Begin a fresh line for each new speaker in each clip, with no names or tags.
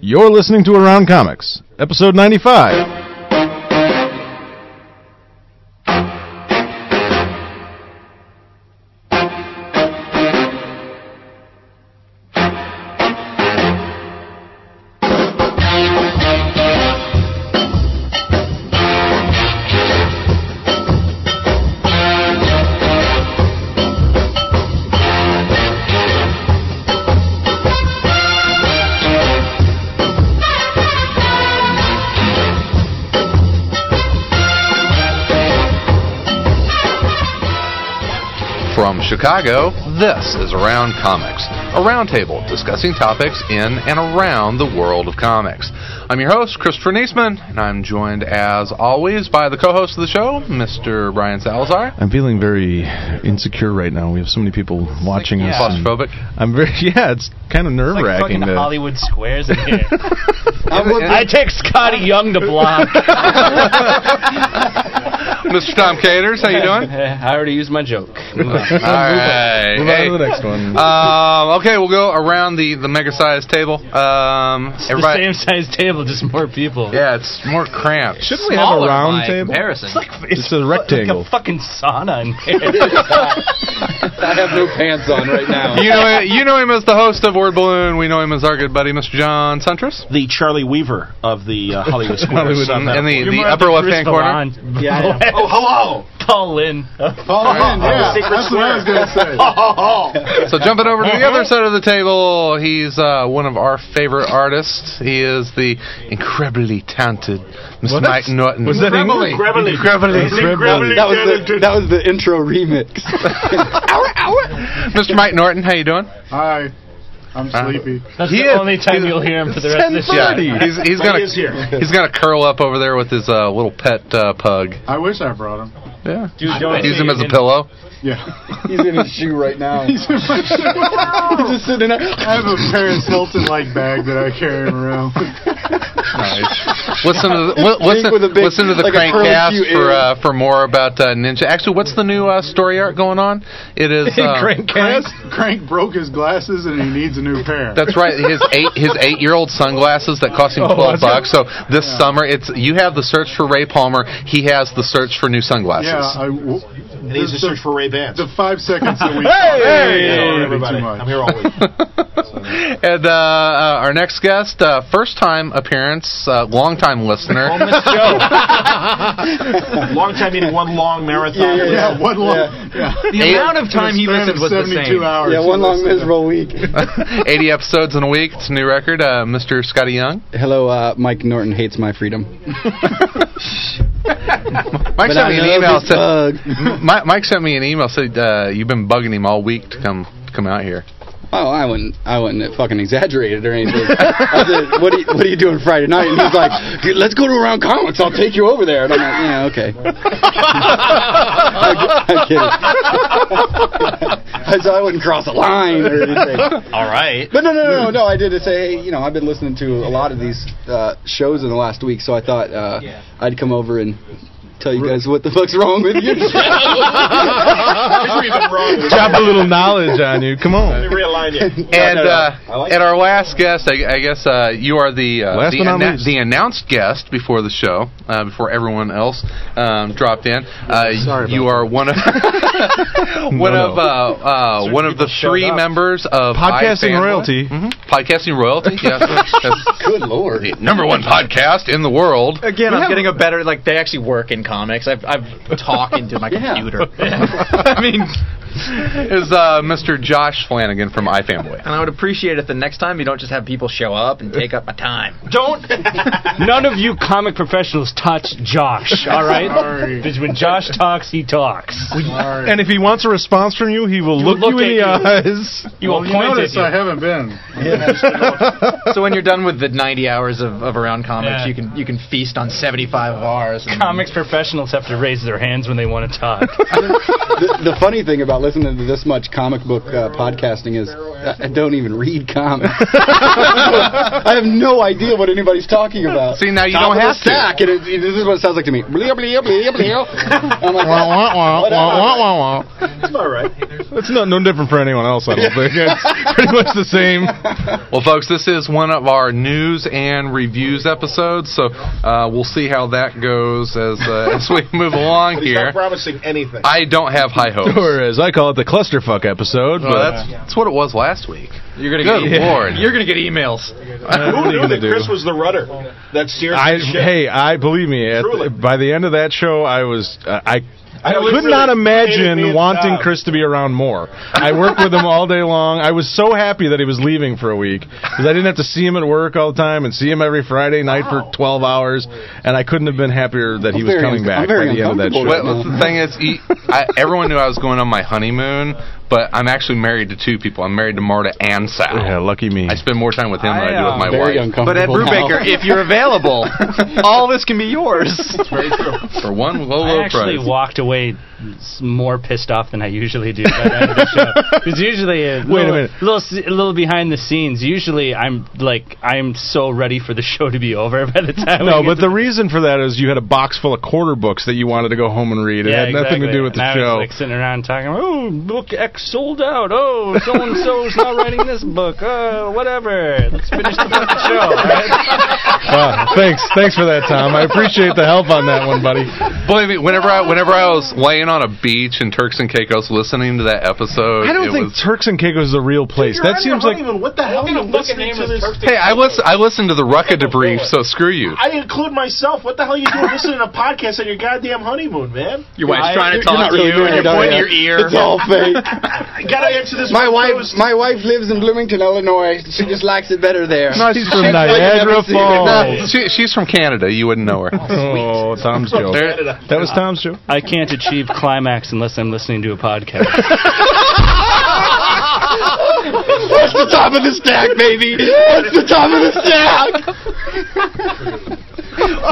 You're listening to Around Comics, episode 95.
From Chicago, this is Around Comics, a roundtable discussing topics in and around the world of comics. I'm your host, Christopher Niesman, and I'm joined, as always, by the co host of the show, Mr. Brian Salazar.
I'm feeling very insecure right now. We have so many people watching
yeah.
us. and
Claustrophobic.
I'm very yeah. It's kind of nerve
Like fucking
wracking.
Hollywood Squares in here. I
Mr.
take Scotty Young to block.
Tom Caters, how you doing?
I already used my joke. Move on.
All right.
Move
Hey,
on to the next one.
Um, okay, we'll go around the, the mega sized table. Um, everybody,
the same size table, just more people.
yeah, it's more cramped.
Shouldn't we have a
smaller
round
by
table?
Comparison.
It's
Uh,
a rectangle.
Like a fucking sauna in here.
I have no pants on right now.
you know, you know him as the host of Word Balloon. We know him as our good buddy, Mr. John Suntress.
the Charlie Weaver of the uh, Hollywood Squares.
Hollywood
in, in the,
You're more
the upper
like
left hand
Chris
corner.
Vaughan. Oh,
hello.
Paul Lynn.
yeah, that's what I was gonna say.
So jumping over to the other side of the table, he's uh, one of our favorite artists. He is the incredibly talented Miss
What?
Mike Norton.
Was that Incredibly. English?
Incredibly.
That was the that was the intro remix.
Mr. Mike Norton, how you doing? Uh,
Hi, I'm sleepy.
That's
He
the
is-
only time you'll hear him for the rest of the show.
10:30.
Yeah, he's, he's gonna he's gonna curl up over there with his uh, little pet uh, pug.
I wish I brought him.
Yeah,
Dude, don't
use
say
him
you
as a
didn't-
pillow.
Yeah,
He's in his shoe right now.
I
just sitting there.
have a Paris Hilton like bag that I carry around.
Listen to the, li- listen,
with a big-
listen to the
like a curly
crankcast
Q
for
ear.
uh, for more about uh, Ninja. Actually, what's the new uh, story arc going on? It is uh,
Crankcast.
Crank broke his glasses and he needs a new pair.
That's right. His eight his eight year old sunglasses that cost him twelve bucks. So this summer, it's you have the search for Ray Palmer. He has the search for new sunglasses.
yeah. I w-
He's
this-
a search for Ray Bans.
the five seconds that we.
Hey, everybody!
everybody.
I'm here all week.
and uh, uh, our next guest, uh, first time appearance, uh, long time listener.
Well, Miss Joe, long time meeting, one long marathon.
Yeah, yeah,
Yeah, one long. Yeah.
The
Eight-
amount of time he
Span
listened
of
was the
72
same.
hours.
Yeah,
he
one long
listened.
miserable week.
80 episodes in a week. It's a new record. Uh, Mr. Scotty Young.
Hello, uh, Mike Norton hates my freedom.
Mike
But
sent
I
me an
love
email.
this
Said,
bug.
M- Mike, Mike sent me an email. Said uh, you've been bugging him all week to come to come out here.
Oh, I wouldn't, I wouldn't fucking exaggerate it or anything. I said, what are, you, what are you doing Friday night? And he's like, "Dude, let's go to Around Comics. I'll take you over there. And I'm like, yeah, okay. I, I get it. I said I wouldn't cross a line or anything.
All right.
But no, no, no, no, no. I did it say, hey, you know, I've been listening to a lot of these uh, shows in the last week, so I thought uh, I'd come over and tell you guys what the fuck's wrong with you.
Drop a little knowledge on you. Come on.
Realign you.
And
no, no. I
Uh,
like
and our last guest, I, I guess uh, you are the uh,
Last
the,
but not
annou-
least.
the announced guest before the show, uh, before everyone else um, dropped in. Uh,
Sorry
you
about
are one of one
No,
of
no.
uh, uh, one of the three members of
Podcasting
iFanboy.
royalty.
Mhm. Podcasting royalty. Yes, that's
Good lord.
the number one podcast in the world.
Again, I'm getting a better. Like they actually work in comics. I've I've talked into my computer. I mean,
Is uh, Mr. Josh Flanagan from iFanboy.
and I would appreciate it if the next time you don't just have people show up and take up my time.
Don't.
None of you comic professionals touch Josh, all right?
Sorry.
Because when Josh talks, he talks.
Sorry.
And if he wants a response from you, he will look,
look
you in the
at
eyes.
You
well,
will
you
point
notice I
at you.
haven't been.
So when you're done with the 90 hours of, of around comics,
Yeah.
you can you can feast on 75 of ours. and-
Comics professionals have to raise their hands when they want to talk.
the, the funny thing about listening to this much comic book uh, podcasting is I, I don't even read comics. I have no idea what anybody's talking about.
See, now you
Top
don't
of the
have to.
stack, and it, it- this is what it sounds like to me. Blah, blah, blah, blah. I'm like,
Wah, wah, wah,
Whatever.
wah, wah, wah, wah.
It's all right.
That's not no different for anyone else. I don't think it's pretty much the same.
Well, folks, this is one of our news and reviews episodes, so uh, we'll see how that goes as uh, as we move along
He's
here.
not promising anything.
I don't have high hopes.
Or as I call it, the clusterfuck episode.
Oh. Well, that's that's what it was last week.
You're gonna
Good
get,
lord.
You're gonna get emails.
what
Who
are you
knew
gonna
that
do?
Chris was the rudder? That serious
I,
shit.
hey, I believe me. At,
Truly.
by the end of that show, I was uh, I. I
That was
could
really
not
hated me
imagine
and
wanting
Tom.
Chris to be around more. I worked with him all day long. I was so happy that he was leaving for a week because I didn't have to see him at work all the time and see him every Friday night for 12 hours, and I couldn't have been happier that he
I'm
was
very
coming
uncom-
back
I'm very
by the end of that show.
uncomfortable
Well, the thing is, e I everyone knew I was going on my honeymoon, but I'm actually married to two people. I'm married to Marta and Sal.
yeah, lucky me.
I spend more time with him than I do with my
uh, Very
wife.
uncomfortable.
But Ed
now.
Brubaker, if you're available, all this can be yours.
For one low,
I
low
actually
price.
walked away s- more pissed off than I usually do by the end of the show. Because usually, a
Wait a
little,
minute.
little, s- little behind the scenes. Usually, I'm like, I'm so ready for the show to be over by the time.
No,
we
but
get
the reason for that is you had a box full of quarter books that you wanted to go home and read.
to,
It
yeah,
had nothing to
exactly.
do with the
and I
show.
was like sitting around talking. Oh, book X sold out. Oh, so and so's not writing this book. Oh, whatever. Let's finish the fucking show. Right?
Wow, thanks, thanks for that, Tom. I appreciate the help on that one, buddy.
Believe me, whenever I whenever I was laying on a beach in Turks and Caicos listening to that episode,
I don't
it
think
was-
Turks and Caicos is a real place.
You're
that
on your
seems like
honeymoon. what the hell are you listening to this?
Hey, I listen. I listened to the Rucka debrief, so screw you.
I include myself. What the hell are you doing listening to a podcast on your goddamn honeymoon, man?
Your wife's trying to
You're- you're not
talk to
really
you,
doing it,
and you're
are
pointing
ya?
your ear.
It's all fake.
I gotta answer this.
My wife,
post.
my wife lives in Bloomington, Illinois. She just likes it better there.
no, she's from
She's like
Niagara
never seen it.
Falls.
She, she's from Canada. You wouldn't know her.
Oh, Tom's joke.
There-
That was Tom's joke.
I can't achieve climax unless I'm listening to a podcast.
What's the top of the stack, baby? What's the top of the stack?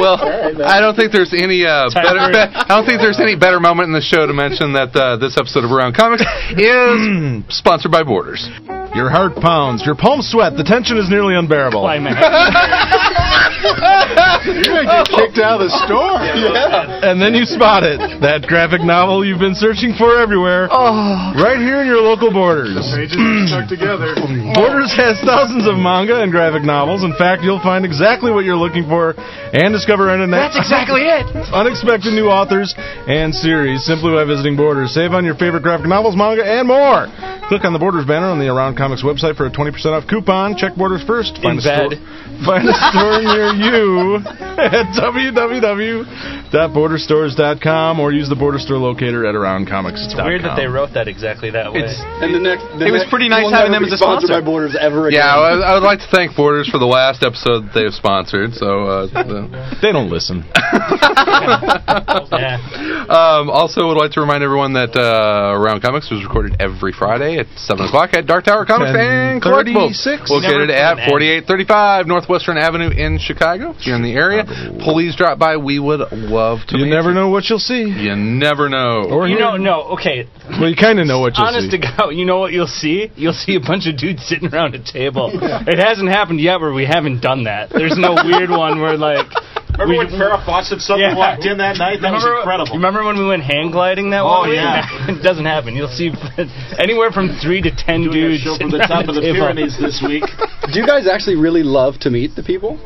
well, I don't think there's any uh, better.
Tyler.
I don't think there's any better moment in the show to mention that uh, this episode of Around Comics is sponsored by Borders.
Your heart pounds. Your palms sweat. The tension is nearly unbearable.
climax.
You might get kicked out of the store. Yeah.
And then you spot it. That graphic novel you've been searching for everywhere.
Oh.
Oh.
Right here in your local Borders.
Pages are stuck together.
Borders has thousands of manga and graphic novels. In fact, you'll find exactly what you're looking for and discover an That's exactly it. Unexpected new authors and series simply by visiting Borders. Save on your favorite graphic novels, manga, and more. Click on the Borders banner on the Around Comics website for a 20% off coupon. Check Borders first. Find
In
a store.
bed.
Find a store near you at www.borderstores.com or use the Border Store locator at Around Comics.
Weird that they wrote that exactly that way.
And the next, the
It was
next-
pretty
you
nice
will
having
never
them
be
as a
sponsored
sponsor.
by Borders ever again.
Yeah, I, I would like to thank Borders for the last episode that they have sponsored. So, uh, the-
They don't listen.
yeah.
um, also would like to remind everyone that uh, Around Comics was recorded every Friday at seven o'clock at Dark Tower Comics and Collectibles,
1036.
located
Never
at
put an
forty-eight thirty-five Northwestern Avenue in Chicago. If you're in the area, please drop by. We would love to.
You
meet
never know what you'll see.
You never know.
Or
You
hear.
know, no, okay.
Well, you kind of know what you'll
Honest
see.
to God, you know what you'll see? You'll see a bunch of dudes sitting around a table. It hasn't happened yet where we haven't done that. There's no weird one where, like.
Remember
we-
when Farrah Fawcett suddenly
Yeah.
walked in that night? That was
Remember-
incredible.
Remember when we went hang gliding that
Oh,
one? week?
yeah.
it doesn't happen. You'll see anywhere from three to ten
Doing a
dudes.
show from
sitting
the
around
top of the
a table.
Pyrenees this week.
Do you guys actually really love to meet the people?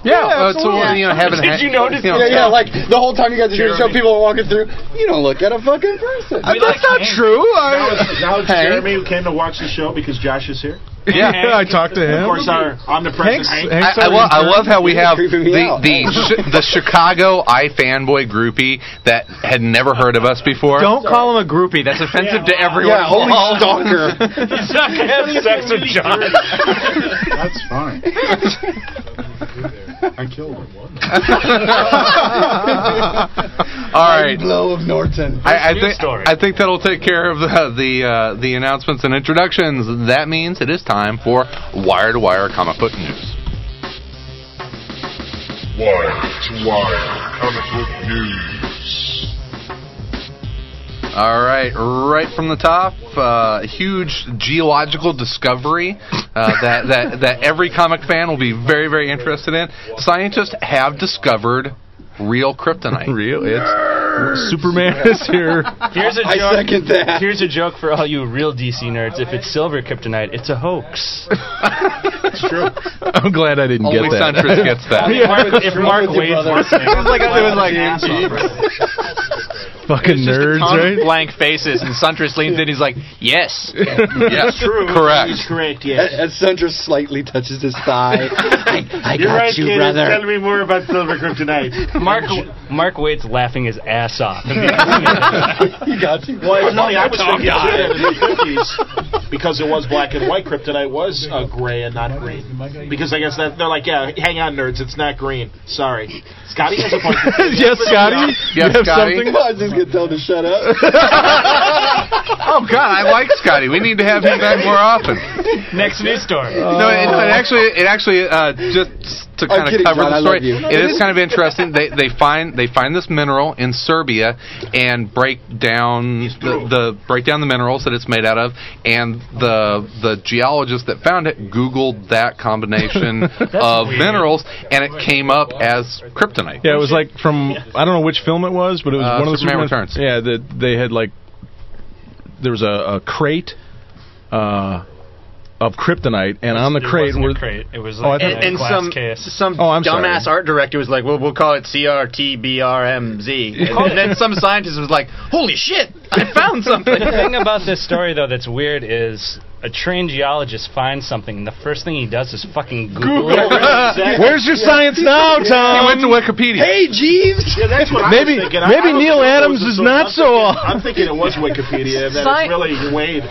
Yeah, uh, so, you know, having
Did you notice
You know,
Yeah, yeah. Like the whole time you guys are doing the show, people are walking through. You don't look at a fucking person.
We like hang-
true.
Now it's, now it's
Hank.
Jeremy who came to watch the show because Josh is here.
yeah, I talked to him.
Of course, our omnipresent
Hank's,
Hank.
Hank's our
I, I, love, I
intern.
love how we
You're
have
creeping me
the
out.
the, sh- the Chicago iFanboy groupie that had never heard of us before.
Don't call him a groupie. That's offensive to
yeah,
everyone.
only
involved.
stalker.
He's not gonna have sex with John.
That's fine. I killed him.
All right.
Blow of Norton.
I, I
News
think
story.
I think that'll take care of the the uh, the announcements and introductions. That means it is time for wire to wire comic book news.
Wire to Wire Comic Book News.
All right, right from the top, uh, huge geological discovery uh, that, that that every comic fan will be very very interested in. Scientists have discovered real kryptonite.
Real, it's Superman is here.
Here's a
I
joke.
second that.
Here's a joke for all you real DC nerds. If it's silver kryptonite, it's a hoax.
I'm glad I didn't
Only
get that.
Suntress gets that.
If Mark- if Mark Wade wants
It was like it was like
Fucking
just a
nerds,
ton of
right?
blank faces, and Suntress leans in. He's like, "Yes,
Yes, true. Correct.
He's correct, yes.
As Sundra slightly touches his thigh, I, I
You're
got
right,
you,
kid. Tell
brother.
me more about Silver Kryptonite.
Mark Mark Wade's laughing his ass off.
you got you.
Well, it's funny. I was thinking too that in the 50s, because it was black and white kryptonite was uh, gray and not green. Because I guess that they're like, yeah, hang on, nerds, it's not green. Sorry, Scotty has a point.
yes, Scotty. you
Yes,
have
Scotty.
something.
I was just gonna tell him to shut up.
Oh God, I like Scotty. We need to have him back more often.
Next news story.
Oh.
No, it, no, it actually, it actually, uh, just to kind of
kidding,
cover
John, I
the
love
story,
you.
it is kind of interesting. They they find they find this mineral in Serbia and break down the, the break down the minerals that it's made out of, and the the geologist that found it Googled that combination of minerals, and it came up as kryptonite.
Yeah, it was like from I don't know which film it was, but it was
Uh,
one of the
Superman
Superman-
Returns.
Yeah, that they had like there was a, a crate uh, of kryptonite, and on the crate were
It was
Oh, I
like
thought-
and, and
glass
some
case.
some
Oh, I'm
dumbass
sorry.
art director was like, "Well, we'll call it CRTBRMZ," and, and then some scientist was like, "Holy shit, I found something!"
the thing about this story though that's weird is a trained geologist finds something and the first thing he does is fucking Google. it.
Where's your science now,
He
Tom?
went to Wikipedia.
Hey, Jeeves.
Yeah, that's what
Maybe-
I was thinking. I-
maybe
I was
Neil
thinking it
Adams
was
is
the-
not
I'm
so uh,
thinking-
off.
I'm thinking it was Wikipedia, and that
Sci-
it's really Wade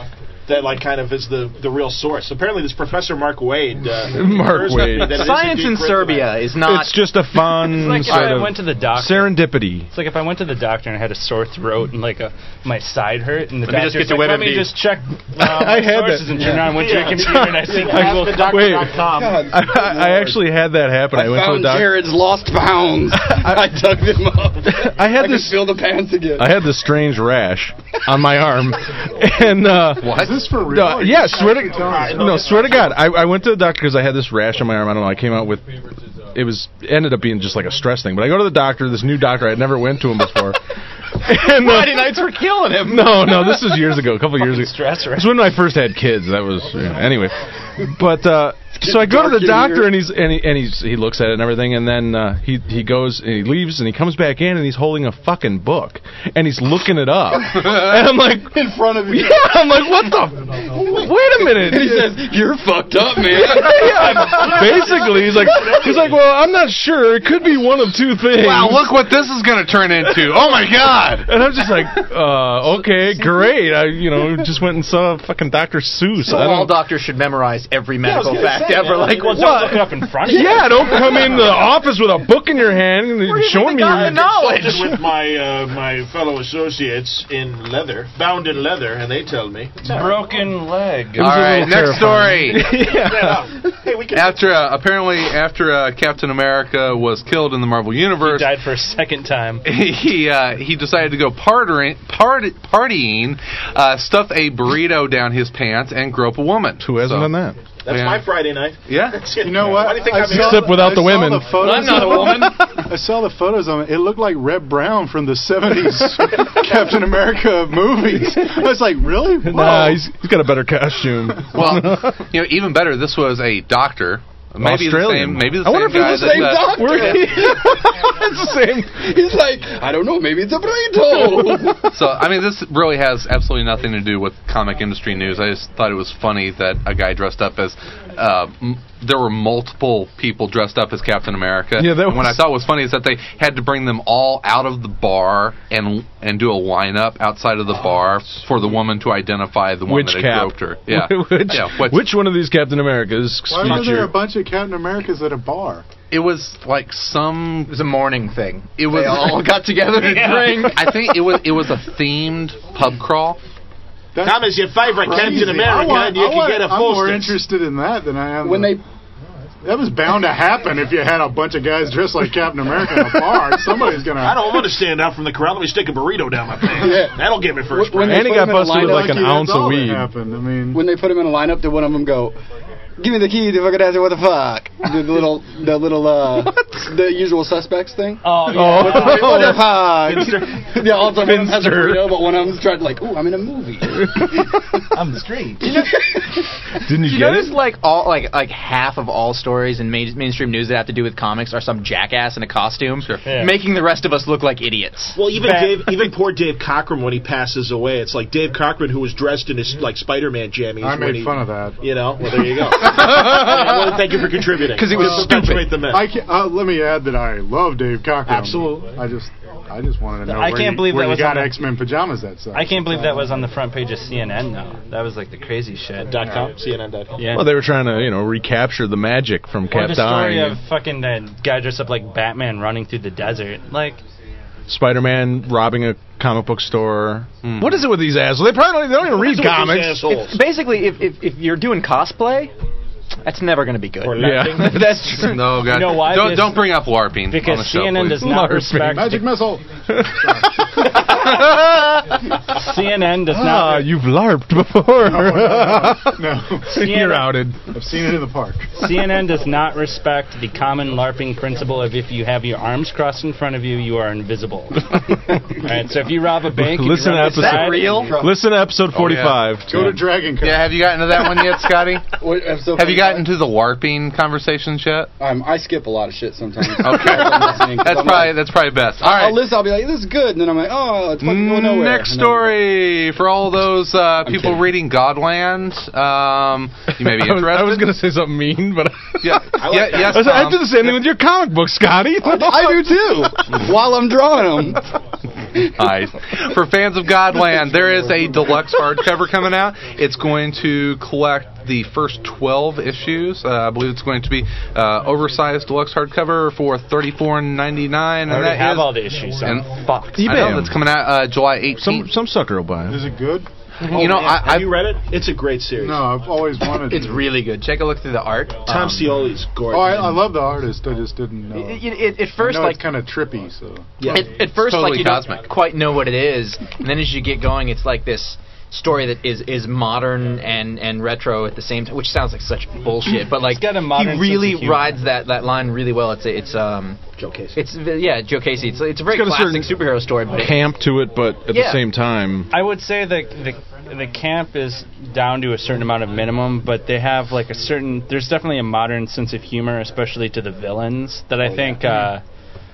that like kind of is the, the real source. Apparently, this Professor Mark Wade. Uh,
Mark
refers to
Wade.
that it is
Science in
indeed kryptonite.
Serbia is not.
It's just a fun
It's like if
sort
I
of
went to the doctor.
serendipity.
It's like if I went to the doctor and I had a sore throat and like a my side hurt and the
Let me
doctor's
just get to
like, let
WebMD.
me just check uh,
I
my
had
sources
that.
and turn around went to your
Yeah.
computer and I see Google.
Wait,
Askthedoctor.com.
I, I actually had that happen. I, went
Found
to the doctor.
Jared's lost pounds. I dug them up.
I had
can
this-
feel the pants again.
I had this strange rash on my arm, and uh,
What?
Is this for real?
No, yeah, swear to no, swear to God, I, I went to the doctor because I had this rash on my arm. I don't know. I came out with it was ended up being just like a stress thing. But I go to the doctor, this new doctor. I had never went to him before. and, uh,
Friday nights were killing him.
no, no, this is years ago, a couple years ago.
stress, right?
It's when I first had kids. That was yeah, anyway. But uh, so I go
dark
to the
in
doctor
here.
and he's and he and he's, he looks at it and everything, and then uh, he he goes and he leaves and he comes back in and he's holding a fucking book and he's looking it up, and I'm like,
in front of you.
yeah, I'm like, what the? Wait a minute.
And he says, "You're fucked up, man."
Yeah, basically, he's like, he's like, well, I'm not sure. It could be one of two things.
Wow, look what this is going to turn into. Oh my God.
And I'm just like, uh, okay, great. I, you know, just went and saw fucking Dr. Seuss. I don't,
All doctors should memorize every
was
medical
gonna
fact
say,
ever.
man,
Like,
well,
what?
don't
Look it up in front of you.
yeah, don't come in the office with a book in your hand and showing me.
got
Your,
the knowledge.
Consulted with my uh, my fellow associates in leather, bound in leather, and they tell me.
Broken leg.
was
All
a
right,
little
next
terrifying.
story.
yeah.
Hey, we can.
After uh, apparently after uh, Captain America was killed in the Marvel Universe,
Died for a second time.
he he, uh, he decided to go partying, party, partying, uh, stuff a burrito down his pants and grope a woman.
Who hasn't
So-
done that?
That's
Yeah.
my Friday night.
Yeah,
You know what?
Why do you think
I
I'm here?
saw
Except without
I
the
saw
women.
The photos
I'm not a
of-
woman.
I saw the photos of it. It looked like Reb Brown from the 70s Captain America movies. I was like, really? Whoa.
Nah, he's, he's got a better costume.
well, you know, even better. This was a doctor, maybe
Australian.
the same, maybe the
I
same
wonder if he's
guy
the
that,
same
uh,
doctor.
We're- it's the same.
He's like, "I don't know. Maybe it's a burrito."
So I mean, this really has absolutely nothing to do with comic industry news. I just thought it was funny that a guy dressed up as uh, m- there were multiple people dressed up as Captain America.
Yeah, that
and what I
was-
thought was funny is that they had to bring them all out of the bar and and do a lineup outside of the bar for the woman to identify the one
Which
that
cap?
had groped her. Yeah,
which,
yeah. what's-
which one of these Captain Americas?
Why were there
feature-
a bunch of Captain Americas at a bar?
It was like some.
It was a morning thing.
It was
They all got together to drink.
I think it was it was a themed pub crawl.
That's
Tom is your favorite
crazy.
Captain America,
I
and
want-
you
I
can
want-
get a
I'm more
poster.
interested in that than I am
when they
That was bound to happen if you had a bunch of guys dressed like Captain America in a bar. Somebody's gonna.
I don't want to stand out from the crowd. Let me stick a burrito down my pants.
Yeah.
That'll give me first.
when
prize.
they
And he
put him in
got
a
busted with,
lineup-
like, an
Lucky that's
ounce of
all that
weed.
Happened. I mean,
when they put him in a lineup, did one of them go, "Give me the key, you fucking answer what the fuck?" The little, the little, uh, the usual suspects thing.
Oh, yeah.
Oh.
What the fuck? yeah, all the time one of them has a
Finster.
burrito, but one of them's trying to like, ooh, I'm in a movie.
I'm the street.
Didn't you,
Do you
get
notice
it?
like all like like half of all stories in main, mainstream news that have to do with comics are some jackass in a costume
Yeah.
making the rest of us look like idiots.
Well, even Dave, even poor Dave Cochran when he passes away, it's like Dave Cochran who was dressed in his like Spider-Man jammies.
I
when he-
made fun of that.
You know, well there you go. well, thank you for contributing
'Cause he was
Well,
stupid.
perpetuate The myth.
I can, uh, let me add that I love Dave Cochran.
Absolutely.
I just, I just wanted to know.
I
where
can't
you,
believe
where
that
you
was
got
on the-
X Men pajamas that side.
I can't believe that was on the front page of CNN though. That was like the crazy shit.
dot com, CNN.com.
Yeah.
Well, they were trying to, you know, recapture the magic from
or
Cap
the story
dying.
of fucking that guy dressed up like Batman running through the desert. Like,
Spider-Man robbing a comic book store.
Hmm.
What is it with these assholes? They probably don't, they don't even read comics.
Assholes.
Basically, if, if if you're doing cosplay, that's never going to be good.
Or
Yeah,
laughing.
that's true.
No, God.
You know why?
Don't,
Because-
don't bring up LARPing on
because
the show,
CNN
please.
does not
Larping.
respect
Magic missile.
CNN does
Ah,
not
you've larped before.
No,
You're outed.
I've seen it in the park.
CNN does not respect the common LARPing principle of if you have your arms crossed in front of you, you are invisible. Alright, so if you rob a bank, and
Listen
you
to
run to the
episode.
side-
Listen to
Oh,
Oh,
episode 45.
Go to Dragon Con.
Yeah, have you gotten to that one yet, Scotty?
What- I'm so
Have you
funny,
gotten to the LARPing conversations yet?
I'm, Um, I skip a lot of shit sometimes.
Okay. That's probably that's probably best. All
I'll
right.
listen. I'll be like, "This is good," and then I'm like, "Oh, it's fucking going nowhere."
Next
And then-
story for all those uh, people
kidding.
reading Godland. Um, you may be
I was,
interested.
I was gonna say something mean, but
Yeah. yeah yes.
I, was, I
Tom.
did the same thing with your comic book, Scotty.
I do too. while I'm drawing them,
Nice. For fans of Godland, there is a deluxe hardcover coming out. It's going to collect the first 12 issues. Uh, I believe it's going to be uh, oversized deluxe hardcover for $34.99. And
I
that
already have
is-
all the issues.
and-
So fuck.
I know, that's coming out uh, July 18th.
Some some sucker will buy it.
Is it good?
you know,
Oh, Man,
I,
have
I,
you read it? It's a great series.
No, I've always wanted.
It's
to.
really good. Take a look through the art.
Tom
Um,
Scioli's gorgeous.
Oh, I, I love the artist. I just didn't know.
it, it, it- at
I
first,
know
like
it's kind of trippy. So
yeah.
At, at first,
totally
like you
cosmic.
don't quite know what it is, and then as you get going, it's like this story that is is modern and and retro at the same time, which sounds like such bullshit. But like
got a modern
he really
sense of humor.
rides that that line really well. It's a- it's um
Joe Casey.
it's yeah Joe Casey. It's it's a very
got a
classic superhero story, but it,
Camp to it, but at the
Yeah.
same time,
I would say that the the camp is down to a certain amount of minimum, but they have like a certain. There's definitely a modern sense of humor, especially to the villains, that
Oh,
I think. Uh,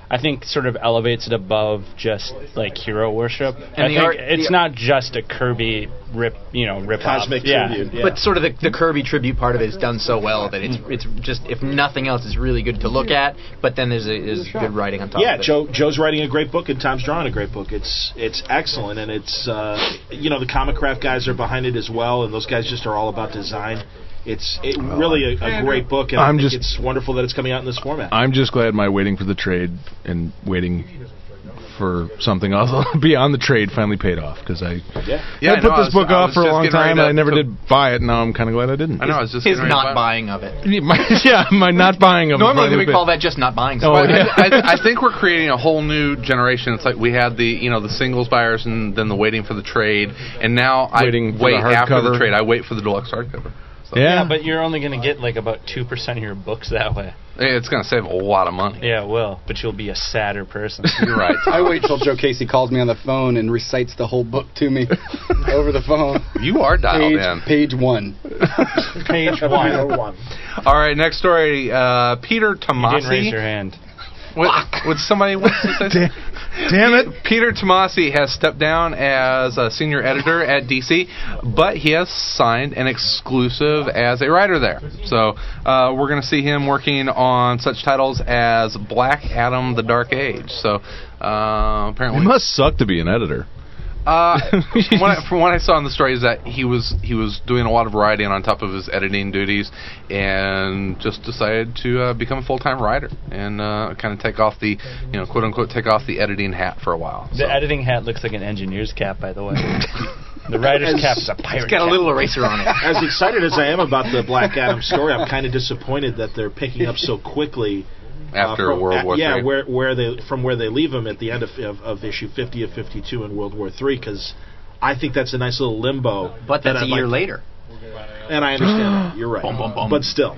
I think sort of elevates it above just like hero worship. I
the
think
art-
it's
the-
not just a Kirby rip, you know, rip
Cosmic
yeah.
Tribune. Yeah.
Um, but sort of the, the Kirby tribute part of it is done so well that it's it's just if nothing else, it's really good to look at. But then there's a, there's good writing on top.
Yeah,
of it.
Joe. Joe's writing a great book, and Tom's drawing a great book. It's it's excellent, and it's uh, you know the comic craft guys are behind it as well, and those guys just are all about design. It's it really a, a great book, and i
I'm
think
just-
it's wonderful that it's coming out in this format.
I'm just glad my waiting for the trade and waiting for something else beyond the trade finally paid off because I
yeah,
yeah,
I
I
put
know, I
this
was-
book
I
off
was
for a
just
long
getting ready
time and
to-
I never
to-
did buy it. Now I'm kind of glad I didn't.
I know. I was just
his
getting ready to
not
buy-
buying of it.
My- yeah, my not buying of
Normally
finally
we
paid-
Call that just not buying.
Oh,
something.
yeah.
I, I think we're creating a whole new generation. It's like we had the you know the singles buyers and then the waiting for the trade, and now
Waiting
I
for the
wait after
hardcover.
the trade. I wait for the deluxe hardcover. So,
Yeah,
Yeah, but you're only going to get like about 2% of your books that way.
hey, it's going to save a lot of money.
Yeah, it will, but you'll be a sadder person.
You're right.
I wait till Joe Casey calls me on the phone and recites the whole book to me over the phone.
You are dialed
Page,
in.
page one.
Page one.
All right, next story. Uh, Peter
Didn't raise your
Tomasi.
hand.
Would, would somebody want to say?
damn it.
Peter Tomasi has stepped down as a senior editor at DC, but he has signed an exclusive as a writer there. So uh, we're going to see him working on such titles as Black Adam: The Dark Age. So uh,
It
apparently,
must suck to be an editor.
uh, from, what I, from what I saw in the story is that he was he was doing a lot of writing on top of his editing duties, and just decided to uh, become a full time writer and uh, kind of take off the you know quote unquote take off the editing hat for a while.
The
So-
editing hat looks like an engineer's cap, by the way. the writer's cap is a pirate
It's got a
cap.
little eraser on it.
as excited as I am about the Black Adam story, I'm kind of disappointed that they're picking up so quickly. uh,
after
from-
World
uh,
War
yeah,
III.
where where they from where they leave him at the end of of, of issue 50 of 52 in World War Three, because I think that's a nice little limbo.
But
that
that's a
I'd
year
like-
later.
and I understand that. You're right, but still,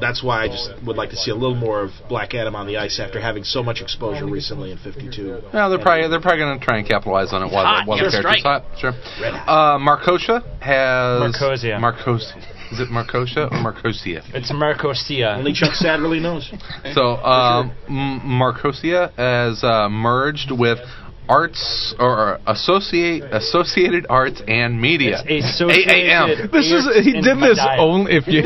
that's why I just would like to see a little more of Black Adam on the ice after having so much exposure recently in 52.
No, they're probably they're probably going to try and capitalize on it while,
hot,
while the
get a
character's
strike.
hot. Sure. Uh, Marcosia has
Marcosia.
Marcosia. Is it Marcosia or Marcosia?
It's Marcosia.
Only Chuck Satterley knows.
So um, M- Marcosia has uh, merged with Arts or Associate Associated Arts and Media.
It's
AAM.
associated
This is
ears
he
and
did this
diet.
only if you.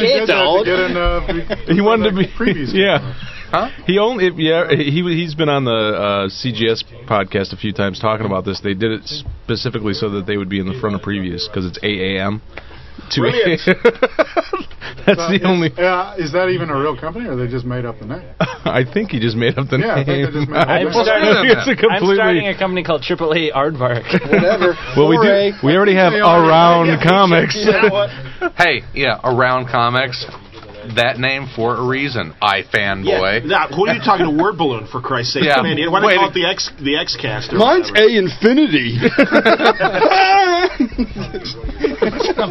uh,
He wanted to be
previous.
Yeah.
Huh?
He only if, yeah he he's been on the uh, CGS podcast a few times talking about this. They did it specifically so that they would be in the front of previews because it's AAM. To
Brilliant.
That's the only.
Yeah, uh, is that even a real company, or they just made up the name?
I think he just made up the
Yeah, I think they
name.
just made up the
I
name.
think it's a
I'm starting
completely.
a company called
E
AAA Aardvark.
Whatever.
Well, we
Foray.
do. We already have around comics.
You know what?
Hey, yeah, around comics. That name for a reason. I
Yeah.
fanboy.
Now, who are you talking to? Word balloon for Christ's sake!
Yeah.
Come in. Why not
Wait a-
call it the X the X cast? or
Mine's
whatever?
A infinity.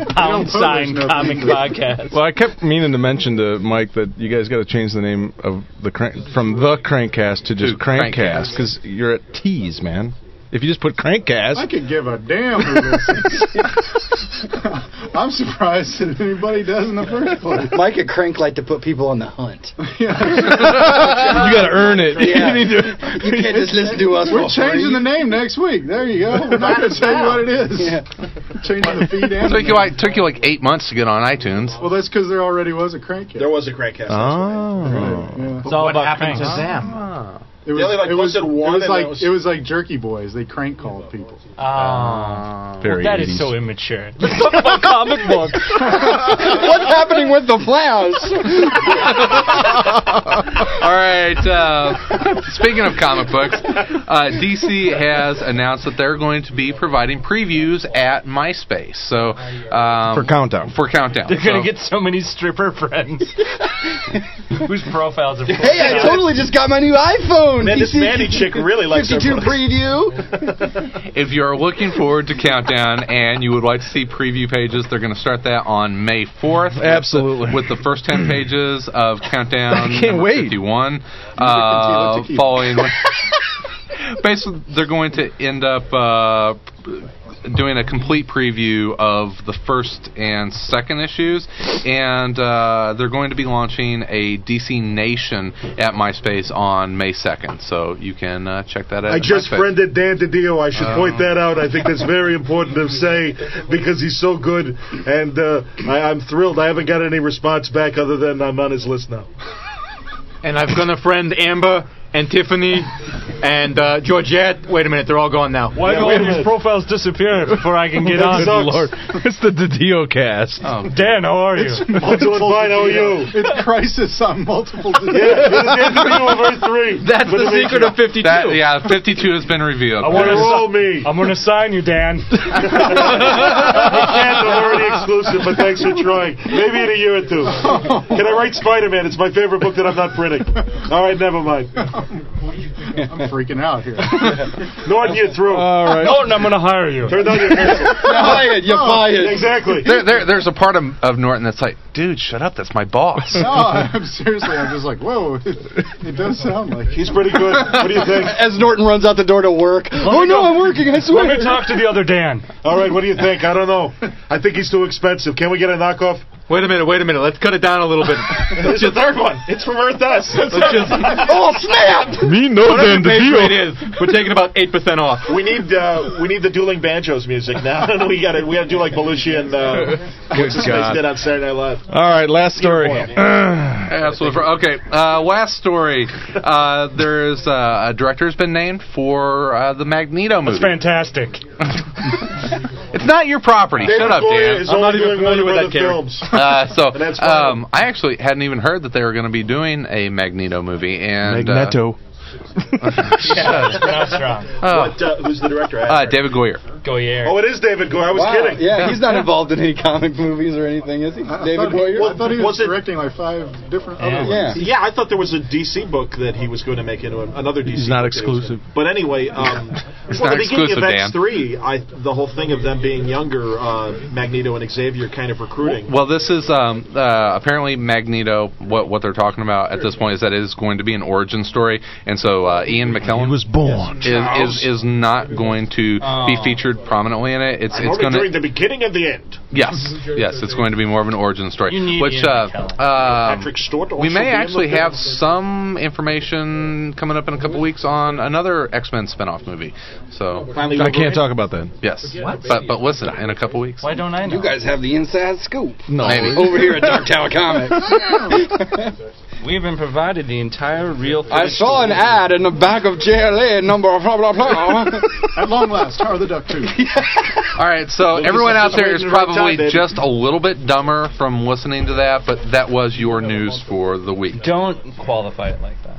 Pound sign
publish
comic podcast.
Well, I kept meaning to mention to Mike that you guys got to change the name of the crank, from the Crankcast to just
To Crankcast.
Crankcast because you're at T's, man. If you just put Crankcast,
I could give a damn who this is. I'm surprised that anybody does in the first place.
Mike at Crank like to put people on the hunt.
you got to earn it.
Yeah.
you need to.
You can't just listen to us.
We're
for
changing the
free.
name next week. There you go. We're not going to tell you what it is. Changing the feed and the
Took you
name.
like took you like eight months to get on iTunes.
Well, that's because there already was a crank.
There was a crackcast.
Uh,
Oh.
Yeah.
It's all
What
about
happened to
cranks.
them?
It was,
only, like,
it was,
posted one
it was
and
like
that was-
it was like Jerky Boys. They crank called people.
Ah.
Very
that is
80s.
so immature. comic book.
What's happening with the flowers?
All right. Uh, speaking of comic books, uh, DC has announced that they're going to be providing previews at MySpace. So um,
for countdown.
for countdown,
They're gonna
So-
get so many stripper friends whose profiles are.
Hey, I totally just got my new iPhone.
Man, this
DC
Mandy chick really likes our
52
products.
preview.
If you are looking forward to countdown and you would like to see preview pages, they're going to start that on May fourth. with the-
Absolutely.
with the first ten pages of countdown.
I can't
number
wait.
Fifty-one. Uh,
tequila.
following. Basically, they're going to end up uh, doing a complete preview of the first and second issues, and uh, they're going to be launching a DC Nation at MySpace on May 2nd. So you can uh, check that out.
I
at
just
MySpace.
friended Dan DiDio. I should
Uh.
point that out. I think that's very important to say because he's so good, and uh, I, I'm thrilled. I haven't got any response back other than I'm on his list now.
And I've gonna friend Amber and Tiffany and uh, Georgette. Wait a minute, they're all gone now.
Why do all
wait a
these
minute.
profiles disappear before I can get
That
on?
sucks.
Lord,
It's the Didio cast.
Oh,
Dan, how are you?
I'm doing fine. How are you?
It's crisis on multiple.
Yeah, this is Dan DiDio of Earth Three.
That's the secret of 52.
That, yeah, 52 has been revealed.
I want
Enroll
to.
me.
I'm gonna sign you, Dan.
I can't. I'm already exclusive, but thanks for trying. Maybe in a year or two. Can I write Spider-Man? It's my favorite book that I'm not printing. All right, never mind.
I'm freaking out here.
Norton, you're through.
All right.
Norton, I'm gonna hire you.
Turn down your pencil.
fired. You're fired.
Oh, Exactly.
There, there, there's a part of, of Norton that's like, dude, shut up, that's my boss.
No,
Oh.
I'm seriously. I'm just like, whoa. It does sound like
He's pretty good. What do you think?
As Norton runs out the door to work. oh no, I'm working. I swear.
Let me talk to the other Dan.
All right, what do you think? I don't know. I think he's too expensive. Can we get a knockoff?
Wait a minute, wait a minute. Let's cut it down a little bit.
It's the third one. It's from Earth S.
Oh snap!
Me no Dan
it
Didio.
is. We're taking about 8% off.
we need uh, we need the dueling banjos music now. we got to we got to do like Belushi and uh,
Good
Space did on
God.
Saturday Night Live.
All right, last story.
Absolutely. Okay, uh, last story. Uh, there's uh, a director has been named for uh, the Magneto movie.
It's fantastic.
It's not your property. shut up,
Goyer
Dan.
is only
not even
doing
familiar
Warner
with that
Brothers
character.
films.
Uh, so
That's fine.
um, I actually hadn't even heard that they were going to be doing a Magneto movie. And
Magneto.
Uh,
Not strong.
oh,
Oh.
But uh, who's the director?
uh, David Goyer.
Goyer.
Oh, it is David Goyer. I was
wow.
kidding.
Yeah, he's not involved in any comic movies or anything, is he? David Boyer?
I thought he was, directing like five different
Yeah.
other
Yeah.
ones.
Yeah, I thought there was a DC book that he was going to make into an- another DC.
He's not
book that he was
exclusive.
gonna- But anyway, um,
It's
well,
not
the beginning of
exclusive, Dan.
X three, I the whole thing of them being younger, uh, Magneto and Xavier kind of recruiting.
Well, this is um, uh, apparently Magneto. What what they're talking about at this point is that it is going to be an origin story, and so uh, Ian McKellen
was born.
is, is is not going to be featured prominently in it. It's
I'm
it's
only doing
going to
Oh. the beginning and the end.
yes yes it's going to be more of an origin story,
You need
which
Ian
uh,
McKellen.
um,
Patrick Stewart.
we
also
may
being
actually
looked at.
have some information coming up in a couple weeks on another X Men spin off movie. So
Finally,
I
Wolverine.
can't talk about that.
yes, but but listen, in a couple weeks.
Why don't I know?
You guys have the inside scoop.
No,
Over here at Dark Tower Comics.
We've been provided the entire real.
I saw an ad in the back of JLA number blah blah blah.
At long last, Tower of the Duck 2.
All right, so everyone out there is
waiting the right
probably
time, baby.
just a little bit dumber from listening to that, but that was your news for the week.
Don't qualify it like that.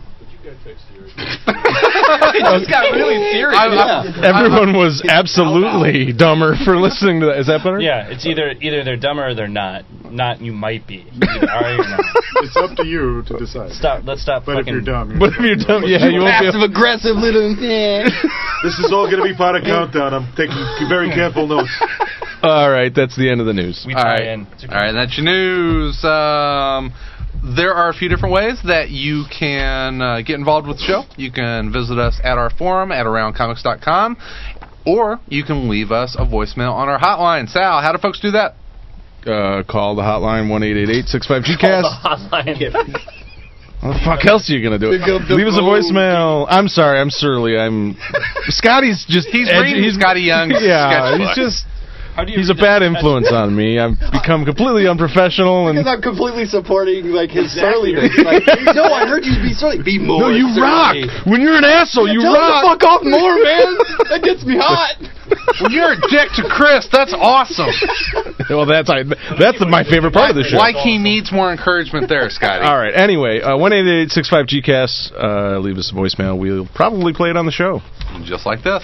just got really serious.
I- I-
Everyone was absolutely dumber for listening to that. Is that better?
Yeah, it's either either they're dumber or they're not. Not you might be. You either are or you're not.
It's up to you to decide.
Stop. Let's stop.
But if
fucking
you're dumb, you're
But if you're dumb, yeah, you won't be.
Passive aggressive little thing.
This is all going to be part of countdown. I'm taking very careful notes.
All right, that's the end of the news.
We
All
tie
right.
in. It's
All right, that's your news. Um, there are a few different ways that you can uh, get involved with the show. You can visit us at our forum at aroundcomics.com, or you can leave us a voicemail on our hotline. Sal, how do folks do that?
Uh, call the hotline one eight eight eight six five GCast.
Hotline.
What the fuck else are you gonna do?
Pick up the
Leave us a
phone.
voicemail. I'm sorry, I'm surly. I'm Scotty's just
He's
edgy-
reading Scotty Young's
yeah,
sketchbook.
he's just
How do you
he's
read
a
that?
bad influence on me. I've become completely unprofessional and
Because I'm completely supporting like his surliness. Like, no, I heard you be surly. Be more.
no, you
surly.
rock. When you're an asshole, you
Tell him to
rock.
fuck off more, man. That gets me hot.
Well, you're a dick to Chris. That's awesome.
Well, that's I, that's my favorite part of the show.
Like he needs more encouragement there, Scotty.
All right. Anyway, uh, one eight eight eight six five GCast. Uh, leave us a voicemail. We'll probably play it on the show.
Just like this.